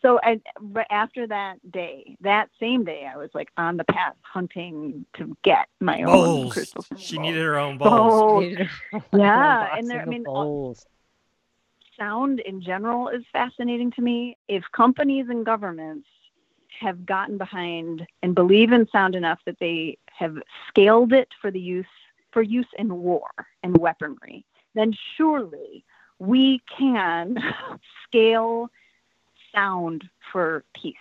So I, but after that day, that same day, I was like on the path hunting to get my own Bowls. crystal. She balls. needed her own bowls. (laughs) Bowls. Needed a- Oh, Yeah, a and there- box I of mean, uh, all- bowls. sound in general is fascinating to me. If companies and governments have gotten behind and believe in sound enough that they have scaled it for the use for use in war and weaponry, then surely we can (laughs) scale sound for peace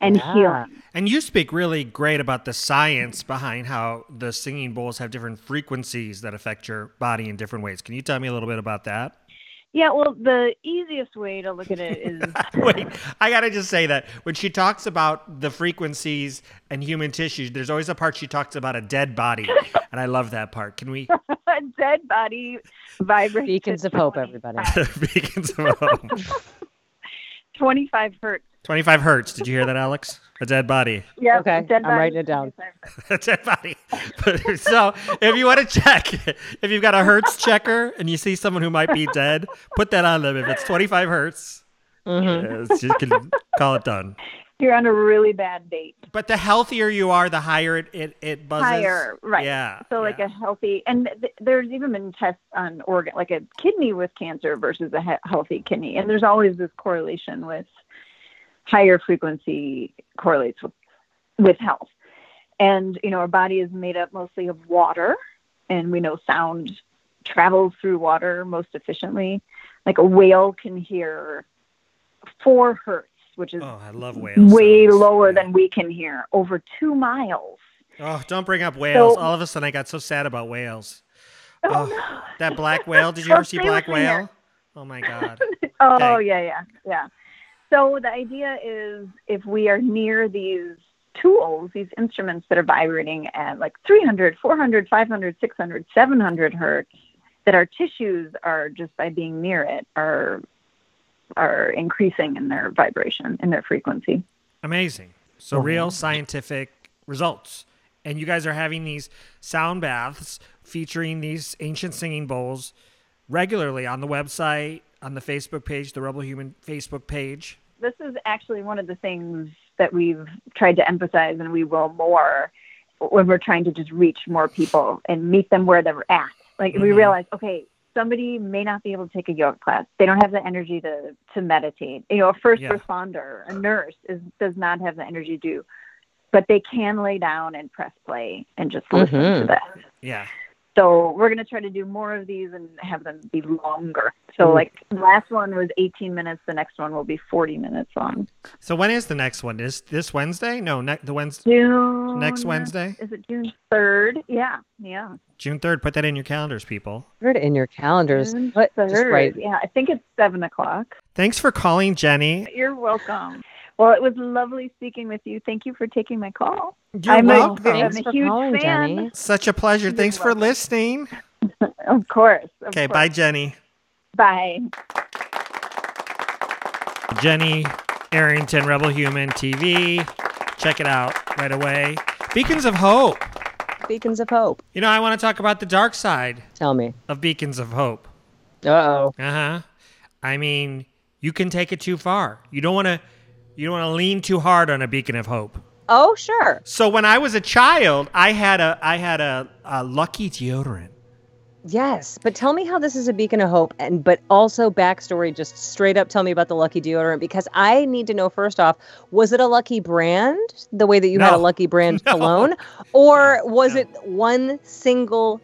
and Yeah. healing. And you speak really great about the science behind how the singing bowls have different frequencies that affect your body in different ways. Can you tell me a little bit about that? (laughs) Yeah, well, the easiest way to look at (laughs) it is (laughs) Wait, I gotta just say that when she talks about the frequencies and human tissues, there's always a part she talks about a dead body, and I love that part. Can we (laughs) a dead body vibrates. Beacons at of hope, 20 everybody. beacons of hope? 25 hertz. 25 hertz. Did you hear that, Alex? A dead body. Yeah, Okay, dead I'm body, writing it down. 25 (laughs) hertz. A dead body. But- so if you want to check, if you've got a hertz checker and you see someone who might be dead, put that on them. If it's 25 hertz, Mhm. Mm-hmm. uh, you (laughs) can call it done. You're on a really bad date. But the healthier you are, the higher it, it, it buzzes. Higher, right. Yeah. So like yeah. a healthy, and th- there's even been tests on organ, like a kidney with cancer versus a he- healthy kidney, and there's always this correlation with higher frequency correlates with with health. And you know, our body is made up mostly of water, and we know sound travels through water most efficiently. Like a whale can hear four hertz, which is Oh, I love whales. way lower than we can hear, over two miles. Oh, don't bring up whales. So- All of a sudden, I got so sad about whales. Oh, Oh, that black whale. Did you ever Don't see play with black me whale? here. Oh my god. Oh Okay. yeah, yeah, yeah. So the idea is if we are near these tools, these instruments that are vibrating at like 300, 400, 500, 600, 700 hertz, that our tissues are just by being near it are are increasing in their vibration, in their frequency. Amazing. So real scientific results. And you guys are having these sound baths featuring these ancient singing bowls regularly on the website, on the Facebook page, the Rebel Human Facebook page. this is actually one of the things that we've tried to emphasize and we will more when we're trying to just reach more people and meet them where they're at. Like we Mhm. realize, okay, somebody may not be able to take a yoga class. They don't have the energy to, to meditate. You know, a first Yeah. responder, a nurse is, does not have the energy to do, but they can lay down and press play and just listen to Mhm. that. Yeah. So we're going to try to do more of these and have them be longer. So like the last one was 18 minutes. The next one will be 40 minutes long. So when is the next one? Is this Wednesday? No, ne- the Wednesday June next Wednesday, Is it June third? Yeah, yeah. June third. Put that in your calendars, people. Put it in your calendars. June What? third. Just write. Yeah, I think it's seven o'clock. Thanks for calling, Jenny. You're welcome. Well, it was lovely speaking with you. Thank you for taking my call. You're I'm a- welcome. I'm Thanks a for huge calling, fan. Jenny. Such a pleasure. You're Thanks for welcome. listening. Of course. of Okay, course. bye, Jenny. Bye. Jenny Arrington, Rebel Human TV. Check it out right away. Beacons of Hope. Beacons of hope. You know, I want to talk about the dark side Tell me. of Beacons of Hope. Uh oh. Uh huh. I mean, you can take it too far. You don't want to. You don't want to lean too hard on a beacon of hope. Oh sure. So when I was a child, I had a I had a, a lucky deodorant. Yes, but tell me how this is a beacon of hope, and but also backstory. Just straight up, tell me about the Lucky deodorant because I need to know. First off, was it a Lucky brand, the way that you had a No. Lucky brand (laughs) No. cologne, or was No. it one single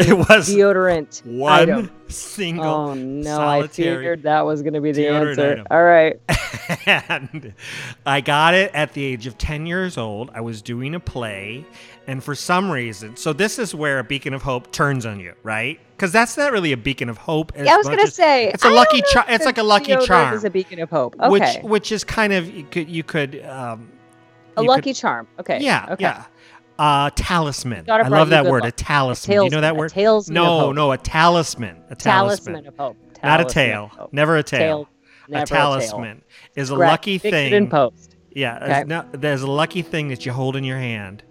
(laughs) It was deodorant One item? single Oh no, I solitary figured that was going to be the deodorant answer. item. All right, and I got it at the age of 10 years old. I was doing a play, and for some reason, so this is where a beacon of hope turns on you, right? Because that's not really a beacon of hope. as yeah, I was much going to as- say it's a I don't lucky. know Char- if it's like a the lucky deodorant charm, Is a beacon of hope. Okay, which which is kind of you could you could um, a you could- lucky charm. Okay, yeah okay. yeah uh, talisman. Gotta I brought love you that good word, a luck. talisman. Do you know Talisman, that a word? Talisman of No hope. no a talisman a talisman talisman, of hope. not a Talisman tail of hope. never a Tail. tail. Never a talisman is a Correct. lucky Fix it thing. in post. Yeah, Okay. there's, no, there's a lucky thing that you hold in your hand,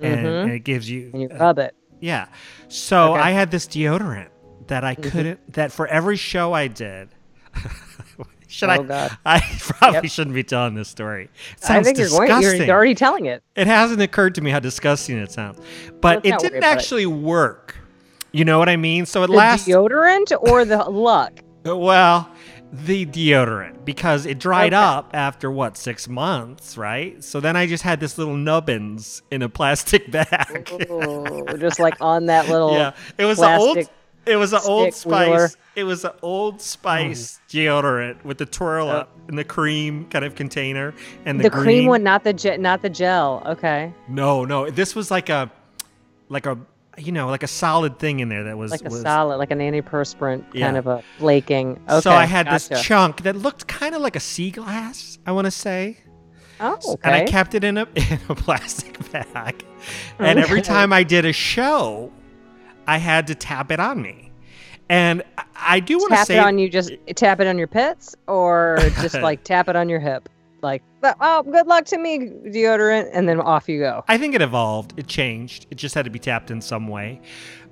and, Mhm. and it gives you. And you uh, rub it. yeah. So Okay. Mm-hmm. I had this deodorant that I couldn't. That for every show I did. (laughs) should Oh, I? God. I (laughs) probably shouldn't be telling this story. It sounds I think disgusting. you're going. You're already telling it. It hasn't occurred to me how disgusting it sounds, but Let's it not worry didn't about it. actually work. You know what I mean? So it The lasts. deodorant (laughs) or the luck? Uh, Well, the deodorant because it dried Okay. up after what six months, right? So then I just had this little nubbins in a plastic (laughs) bag. Ooh, just like on that little. yeah, it was an old. plastic It was an old stick wheeler. Hmm. spice. It was an old spice deodorant with the twirl up and the cream kind of container and the, The cream green- one, not the ge- not the gel. Okay, No, no, this was like a, like a, you know, like a solid thing in there that was like a was- solid, like an antiperspirant Yeah. kind of a flaking. Okay, so I had this gotcha. chunk that looked kind of like a sea glass. I want to say. oh, okay. and I kept it in a (laughs) in a plastic bag. And every Okay. time I did a show, I had to tap it on me. And I- I do want to tap say it on you. Just tap it on your pits, (laughs) or just like tap it on your hip. Like, oh, good luck to me, deodorant, and then off you go. I think it evolved. It changed. It just had to be tapped in some way.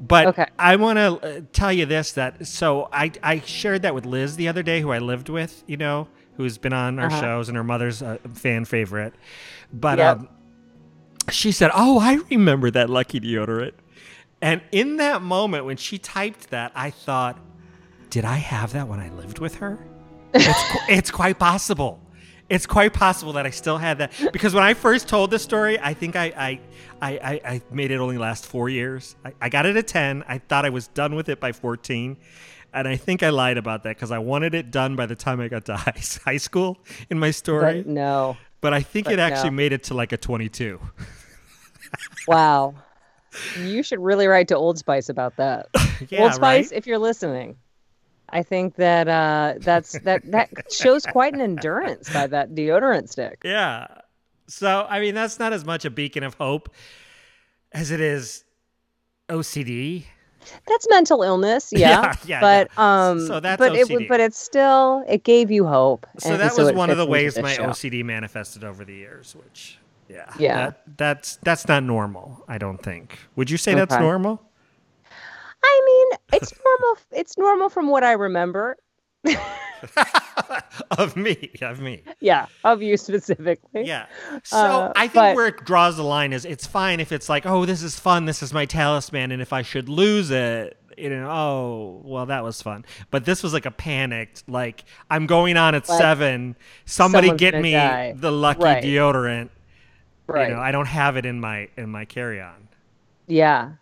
But Okay. I want to tell you this that so I I shared that with Liz the other day who I lived with, you know, who's been on our Uh-huh. shows and her mother's a fan favorite. But Yep. um she said, "Oh, I remember that lucky deodorant." And in that moment when she typed that, I thought, "Did I have that when I lived with her?" It's, qu- it's quite possible. It's quite possible that I still had that because when I first told this story, I think I I, I, I, I made it only last four years. I, I got it at ten. I thought I was done with it by fourteen, and I think I lied about that because I wanted it done by the time I got to (laughs) high, high school in my story. But But, no, I think but it actually no. made it to like a twenty-two. (laughs) Wow. You should really write to Old Spice (laughs) about that. yeah, Old Spice, right? if you're listening, I think that uh, that's that that shows quite an endurance by that deodorant stick. Yeah. So I mean, that's not as much a beacon of hope as it is OCD. That's mental illness, yeah. (laughs) Yeah, yeah, but yeah. um, So that's but it OCD. w- but it's still it gave you hope. So and that was it one of fits the into ways this my show. OCD manifested over the years, which yeah. Yeah. that- that's that's not normal, I don't think. Would you say that's Okay. normal? (laughs) I mean, it's normal. It's normal from what I remember. of me, of me. Yeah, of you specifically. Yeah. So Uh, I think but- where it draws the line is it's fine if it's like, oh, this is fun, this is my talisman, and if I should lose it, you know, oh, well, that was fun. But this was like a panicked, like I'm going on at Like, seven. Somebody someone's get gonna me die. the lucky Right. deodorant. Right. You know, I don't have it in my in my carry on. yeah.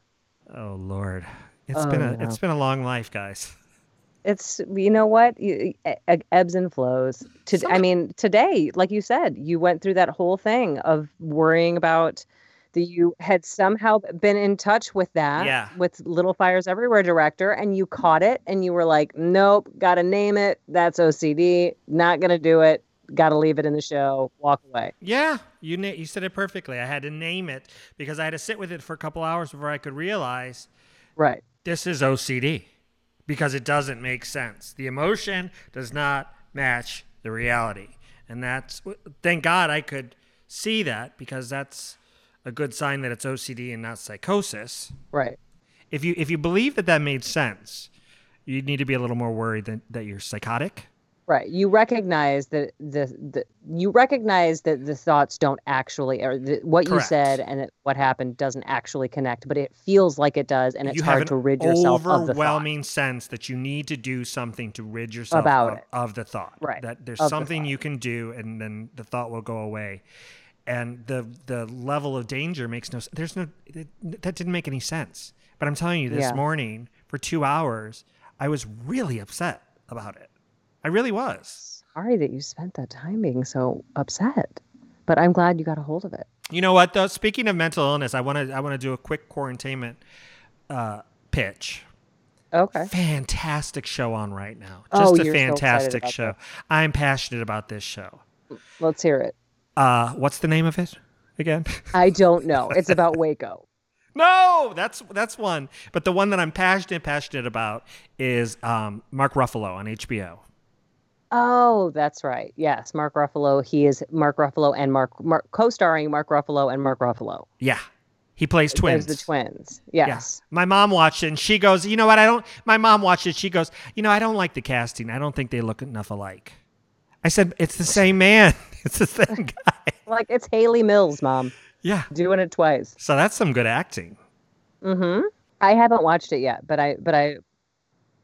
Oh Lord, it's Oh, been a no. it's been a long life, guys. it's you know what you, e- e- ebbs and flows to i mean today like you said you went through that whole thing of worrying about that you had somehow been in touch with that Yeah. with little fires everywhere director and you caught it and you were like nope gotta name it that's ocd not gonna do it gotta leave it in the show walk away Yeah, you na- you said it perfectly. I had to name it because I had to sit with it for a couple hours before I could realize right this is OCD because it doesn't make sense. The emotion does not match the reality. And that's thank God I could see that because that's a good sign that it's OCD and not psychosis. right If you if you believe that that made sense, you need to be a little more worried that, that you're psychotic Right. You recognize that the, the you recognize that the thoughts don't actually or the, what you Correct. said and that what happened doesn't actually connect, but it feels like it does, and it's you have hard an to rid yourself of the thought. overwhelming sense that you need to do something to rid yourself About of, it. of the thought. Right, That there's of the something thought. you can do, and then the thought will go away. And the the level of danger makes no. s- There's no. That that didn't make any sense. But I'm telling you, this Yeah. morning for two hours, I was really upset about it. I really was. Sorry that you spent that time being so upset, but I'm glad you got a hold of it. You know what though? Speaking of mental illness, I want to I want to do a quick quarantainment uh, pitch. Okay. Fantastic show on right now. Oh, Just a you're so excited fantastic about show. I'm passionate about this show. Let's hear it. Uh, what's the name of it again? (laughs) I don't know. It's about Waco. no, that's that's one. But the one that I'm passionate passionate about is um, Mark Ruffalo on HBO. Oh, that's right. Yes, Mark Ruffalo. He is Mark Ruffalo and Mark, Mark co-starring Mark Ruffalo and Mark Ruffalo. Yeah, he plays There's twins. the twins. Yeah. Yes. My mom watched it and she goes, you know what? I don't, my mom watched it. She goes, you know, I don't like the casting. I don't think they look enough alike. I said, it's the same man. (laughs) It's the same guy. Like it's Haley Mills, mom. Yeah. doing it twice. So that's some good acting. Mm-hmm. I haven't watched it yet, but I but I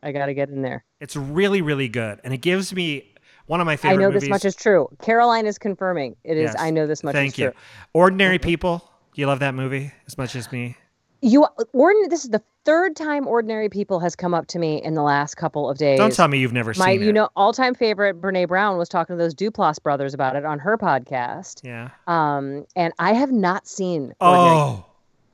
I gotta get in there. It's really, really good. And it gives me one of my I favorite know movies. this much is true. Caroline is confirming it is. Yes. I know this much Thank is you. true. Ordinary People. You love that movie as much as me. You ordinary. This is the third time ordinary people has come up to me in the last couple of days. Don't tell me you've never my seen you it. know all time favorite Brene Brown was talking to those Duplass brothers about it on her podcast. yeah. Um, and I have not seen. Ordinary- Oh,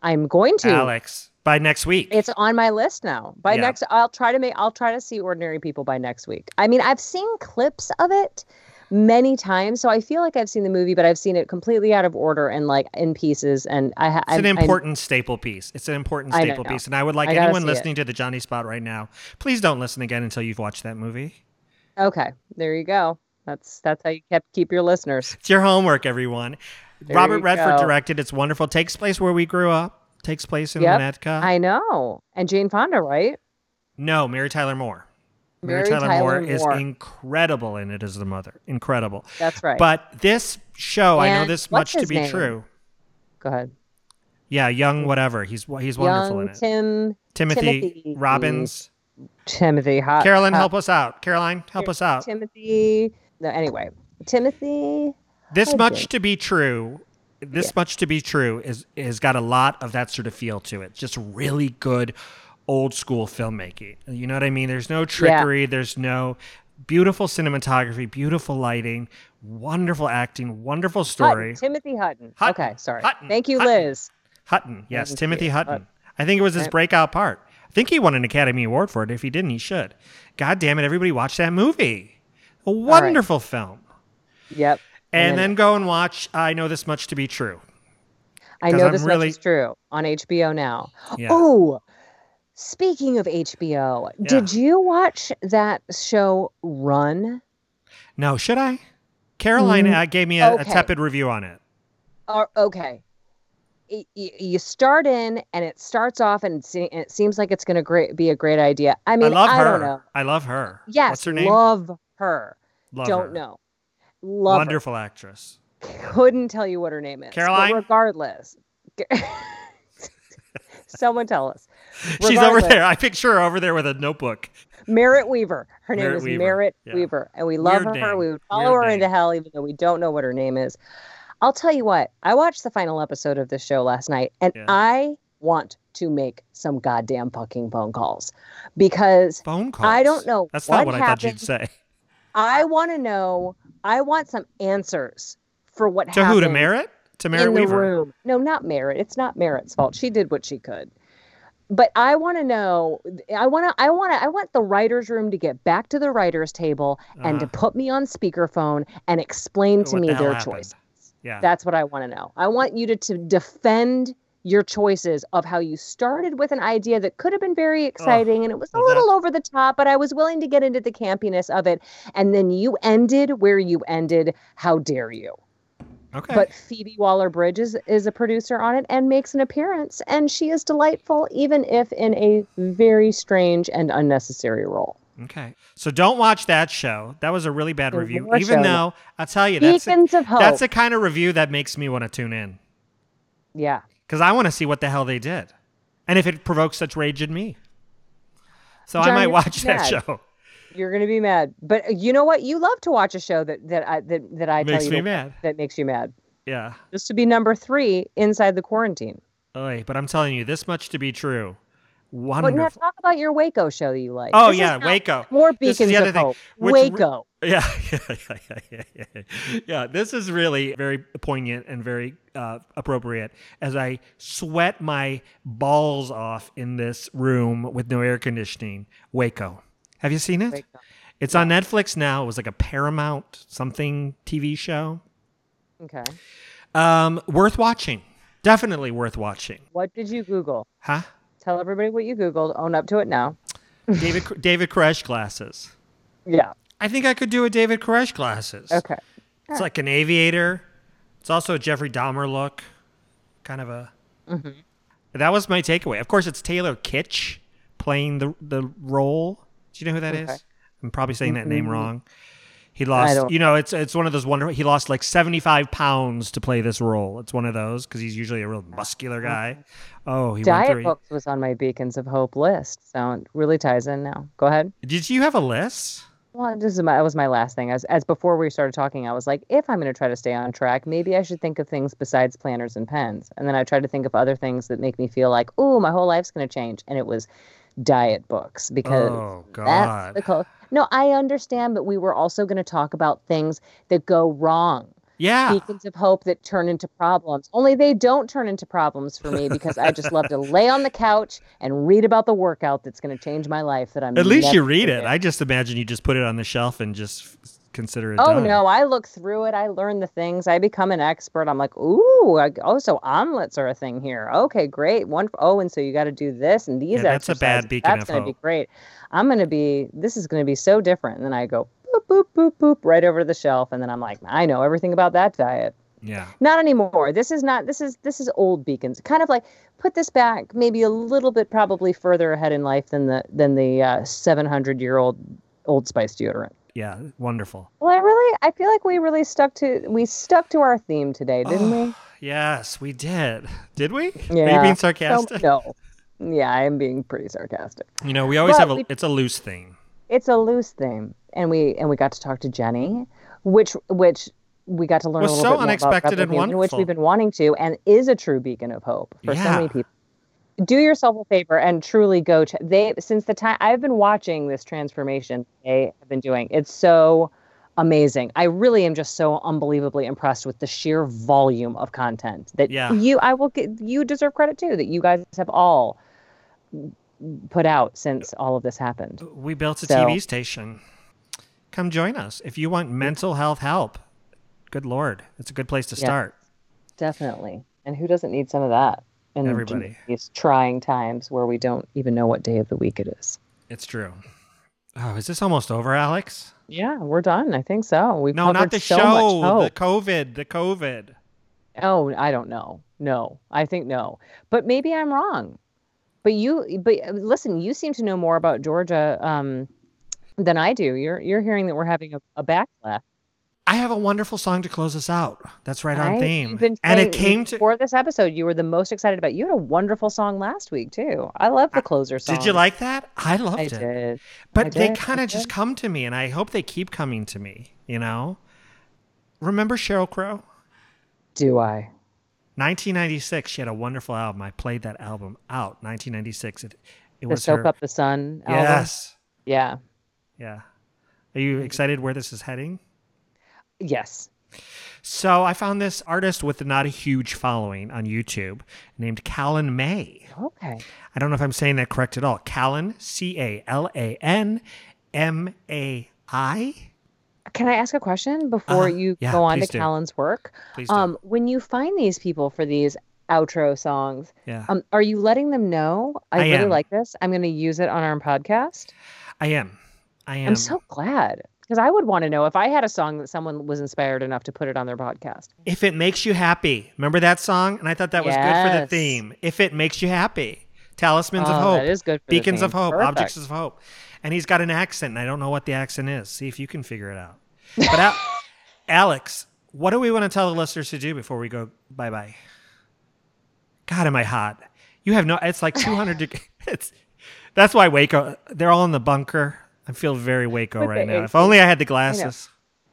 I'm going to. Alex. By next week. It's on my list now. By Yeah. next, I'll try to make. I'll try to see Ordinary People by next week. I mean, I've seen clips of it many times, so I feel like I've seen the movie, but I've seen it completely out of order and like in pieces. And I, ha- It's an I'm- I'm- important staple piece. It's an important I staple know. piece. And I would like I gotta anyone see it. listening to the Johnny Spot right now, please don't listen again until you've watched that movie. okay, there you go. That's that's how you kept keep your listeners. It's your homework, everyone. There Robert you Redford go. directed It's Wonderful. Takes place where we grew up. Takes place in Yep. Winnetka. I know. And Jane Fonda, right? no, Mary Tyler Moore. Mary Tyler is Moore. incredible in it as the mother. Incredible. That's right. But this show, I know And this much what's to his be name? true. go ahead. Yeah, young whatever. He's he's wonderful Young in it. Tim Timothy, Timothy. Uh, Robbins. Timothy Hot. Carolyn, Hot- help us out. Caroline, help us out. Timothy. No, anyway, Timothy. this Hudson. much to be true this much to be true is has got a lot of that sort of feel to it just really good old school filmmaking you know what i mean there's no trickery there's no beautiful cinematography beautiful lighting wonderful acting wonderful story Hutton, Timothy Hutton. Hutton, Okay, sorry. Hutton, Thank you, Hutton. Liz. hutton yes Hutton, timothy yeah, hutton Hutton. i think it was his Right. breakout part i think he won an academy award for it if he didn't he should god damn it everybody watch that movie a wonderful film Yep. and, And then- then go and watch i know this much to be true I 'Cause know I'm this really- much is true on HBO now. yeah Oh, speaking of HBO, did you watch that show Run? No, should I? Caroline Mm, uh, gave me a, a okay. tepid review on it. Or Oh, okay. Y- y- You start in, and it starts off, and it se- and it seems like it's going to great, be a great idea. I I, mean, love her. don't know. I love her. Yes, What's her name? love her. Love don't her. know. Love her. Wonderful actress. (laughs) couldn't tell you what her name is. but Caroline? regardless, (laughs) someone tell us. She's over Regardless, there. I picture her over there with a notebook. Merritt Weaver. Her name Merritt is Weaver, Merritt yeah. Weaver, and we love Weird her. name, We would follow weird her into name. hell, even though we don't know what her name is. I'll tell you what. I watched the final episode of this show last night, and Yeah. I want to make some goddamn fucking phone calls because Phone calls. I don't know That's what not what I thought you'd happened say. I want to know. I want some answers for what To who? happened To Merritt? To Merritt in the Weaver. room. No, not Merritt. It's not Merritt's fault. She did what she could. But I want to know. I want to. I want to. I want the writers' room to get back to the writers' table and to Uh-huh. put me on speakerphone and explain to What me the hell their happened? choice. Yeah. That's what I want to know. I want you to, to defend your choices of how you started with an idea that could have been very exciting and it was a well, little over the top, but I was willing to get into the campiness of it. And then you ended where you ended. How dare you? okay. But Phoebe Waller Bridge is, is a producer on it and makes an appearance. And she is delightful, even if in a very strange and unnecessary role. Okay. So don't watch that show. That was a really bad There's review. more Even shows. though I'll tell you that's Beacons of hope. that's the kind of review that makes me want to tune in yeah. because I want to see what the hell they did, and if it provokes such rage in me. So I John, might you're watch that mad. show. (laughs) You're gonna be mad, but uh, you know what? You love to watch a show that that I that, that I Makes tell you me to- mad. That makes you mad. Yeah. This would be number three inside the quarantine. Oy, but I'm telling you this much to be true. But now Wonderful. talk about your Waco show that you like. Oh This is yeah, how- Waco. More This is beacons the other of thing, hope. which re- Waco. (laughs) Yeah, yeah, yeah, yeah, yeah, yeah. Yeah, this is really very poignant and very uh, appropriate as I sweat my balls off in this room with no air conditioning. Waco. Have you seen it? Waco. It's on Netflix now. It was like a Paramount something TV show. Okay. Um, worth watching. Definitely worth watching. What did you Google? Huh? Tell everybody what you Googled. Own up to it now. David David Koresh classes. Yeah. I think I could do a David Koresh classes. Okay. It's like an aviator. It's also a Jeffrey Dahmer look, kind of a. Mm-hmm. That was my takeaway. Of course, it's Taylor Kitsch playing the the role. Do you know who that is? I'm probably saying that name wrong. He lost. don't- You know, it's it's one of those wonderful. He lost like 75 pounds to play this role. It's one of those because he's usually a real muscular guy. Oh, he went Uh-huh. Diet through. books was on my beacons of hope list, so it really ties in now. Go ahead. Did you have a list? Well, this is my, that was my last thing. As as before we started talking, I was like, if I'm going to try to stay on track, maybe I should think of things besides planners and pens. And then I tried to think of other things that make me feel like, oh, my whole life's going to change. And it was diet books because Oh that's God. the cul- No, I understand, but we were also going to talk about things that go wrong. yeah. Beacons of hope that turn into problems. Only they don't turn into problems for me because I (laughs) just love to lay on the couch and read about the workout that's going to change my life. That I'm At least you never read gonna it. do. I just imagine you just put it on the shelf and just f- consider it Oh done. no, I look through it. I learn the things. I become an expert. I'm like, ooh, I, oh, so omelets are a thing here. Okay, great. One. Oh, and so you got to do this and these. Yeah, that's a bad exercises. beacon That's of going to be hope. great. I'm going to be. This is going to be so different. And then I go boop boop boop boop right over to the shelf, and then I'm like, I know everything about that diet. Yeah. Not anymore. This is not. This is this is old beacons. Kind of like put this back maybe a little bit probably further ahead in life than the than the uh, 700 year old Old Spice deodorant. Yeah, wonderful. Well, I really, I feel like we really stuck to we stuck to our theme today, didn't (sighs) Yes, we did. (laughs) Did we? we? Are you being So- sarcastic? no. Yeah, I am being pretty sarcastic. You know, we always Well, have a we- it's a loose thing. It's a loose theme, and we and we got to talk to Jenny, which which we got to learn Was a little so bit more about unexpected and Rep Review, which wonderful. we've been wanting to, and is a true beacon of hope for so Yeah. many people. Do yourself a favor and truly go. Ch- they since the time I've been watching this transformation they have been doing. It's so amazing. I really am just so unbelievably impressed with the sheer volume of content that Yeah. you I will get you deserve credit too that you guys have all put out since all of this happened. We built a So- TV station. Come join us if you want mental health help. Good lord, it's a good place to Yeah. start. Definitely. And who doesn't need some of that in Everybody. these trying times where we don't even know what day of the week it is? It's true. Oh, is this almost over, Alex? Yeah, we're done. I think so. We've No, not covered the so show. much. The COVID. The COVID. Oh, I don't know. No, I think no. But maybe I'm wrong. But you, but uh, listen, you seem to know more about Georgia um, than I do. You're you're hearing that we're having a, a backlash. I have a wonderful song to close us out. That's right on right? theme. You've been and it saying came to for this episode. You were the most excited about. You had a wonderful song last week too. I love the closer song. Did you like that? I loved I it. did. I But they did, I kind of just come to me, and I hope they keep coming to me. You know, remember Cheryl Crow? Do I? 1996. She had a wonderful album. I played that album out. 1996. It, it the was soak her. up the sun album. yes. yeah Yeah. Are you excited where this is heading? yes So I found this artist with not a huge following on YouTube named Callan May. okay I don't know if I'm saying that correct at all. Callan, C A L A N M A I. can i ask a question before Uh-huh. you Yeah, go on to please do. callan's work Please do. um when you find these people for these outro songs yeah. um are you letting them know i, I really am. like this i'm going to use it on our podcast I am. I am. i'm so glad because i would want to know if i had a song that someone was inspired enough to put it on their podcast If it makes you happy. Remember that song? And I thought that was good for the Yes. theme. If it makes you happy. Talismans of Oh, hope. that is good for the Beacons of theme. hope. Objects Perfect. of hope. and he's got an accent, and I don't know what the accent is. See if you can figure it out. But (laughs) Al- Alex, what do we want to tell the listeners to do before we go bye bye? God, am I hot? You have no. (laughs) It's like 200 degrees. (laughs) It's that's why Waco. They're all in the bunker. I feel very Waco With right the now. AC. If only I had the glasses.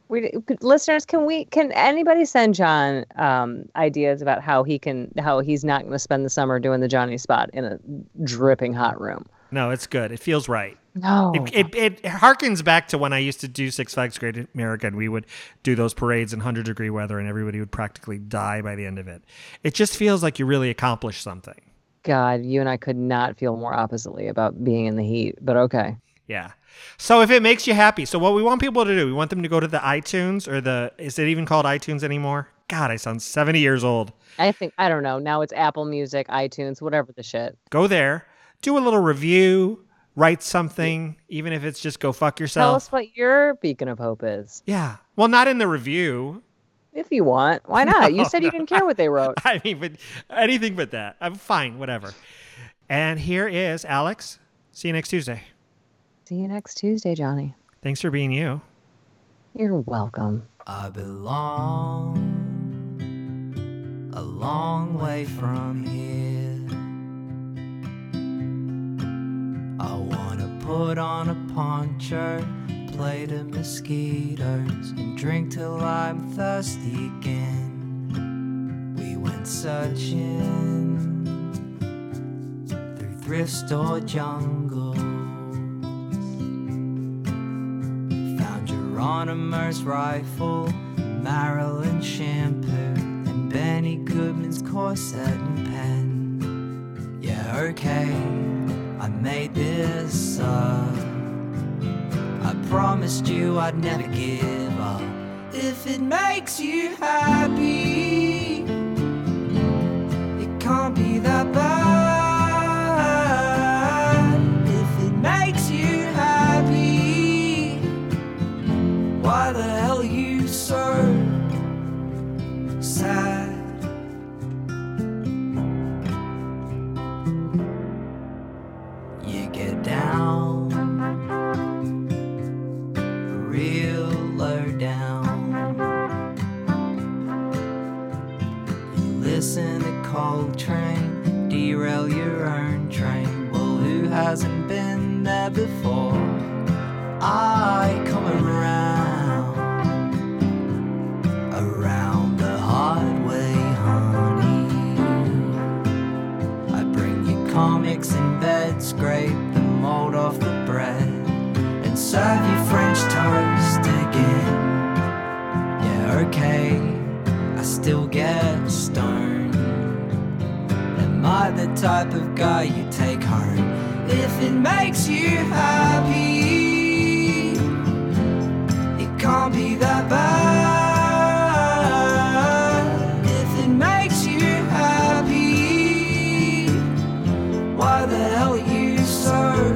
We listeners, can we can anybody send John um, ideas about how he can how he's not going to spend the summer doing the Johnny spot in a dripping hot room? No, it's good. It feels right. No, It, it, it harkens back to when I used to do Six Flags Great America, and we would do those parades in 100 degree weather, and everybody would practically die by the end of it. It just feels like you really accomplished something. Oh, God, you and I could not feel more oppositely about being in the heat. But okay, Yeah. So if it makes you happy, so what we want people to do, we want them to go to the iTunes or the, is it even called iTunes anymore? God, I sound 70 years old. I think I don't know. Now it's Apple Music, iTunes, whatever the shit. Go there, do a little review, write something, even if it's just go fuck Tell yourself. us what your beacon of hope is, Yeah. Well, not in the review. if you want. Why not? you said you didn't care what they wrote. (laughs) I mean, but anything but that. I'm fine, whatever. And here is Alex. See you next Tuesday. See you next Tuesday, Johnny. Thanks for being you. You're welcome. I belong a long way from here. I wanna put on a poncho, play to mosquitoes, and drink till I'm thirsty again. We went searching through thrift store jungles found Euronymous rifle, Marilyn shampoo, and Benny Goodman's corset and pen. Yeah, okay, I made this up. I promised you I'd never give up. If it makes you happy, it can't be that bad. If it makes you happy, why the hell are you so sad? You get down, real low down. You listen to cold train, derail your own train. Well, who hasn't been there before? I come around, around the hard way, honey. I bring you comics in bed, scrape the mold off the bread, and serve you French toast again. Yeah, okay, I still get stoned. Am I the type of guy you take home? If it makes you happy, it can't be that bad. If it makes you happy, why the hell are you so?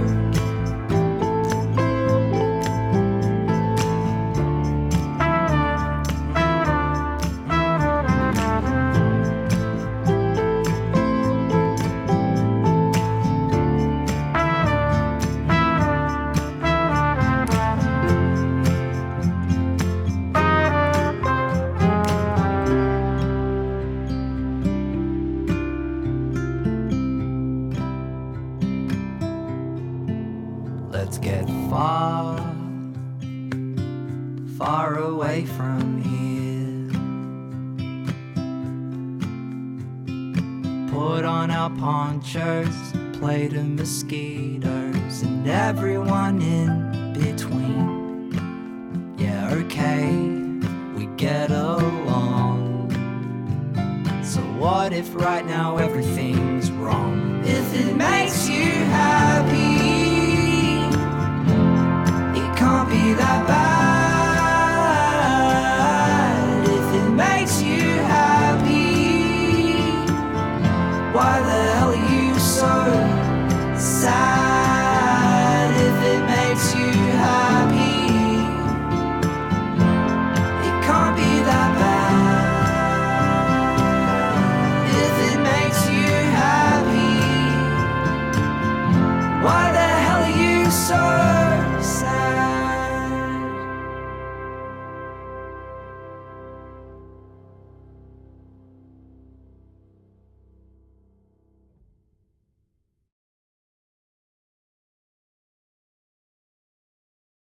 Let's get far, far away from here. Put on our ponchos, play to mosquitoes, and everyone in between. Yeah, okay, we get along. So what if right now everything's wrong? If it makes you happy, it can't be that bad. If it makes you happy, why the hell are you so sad? If it makes you happy, it can't be that bad. If it makes you happy, why the hell are you so?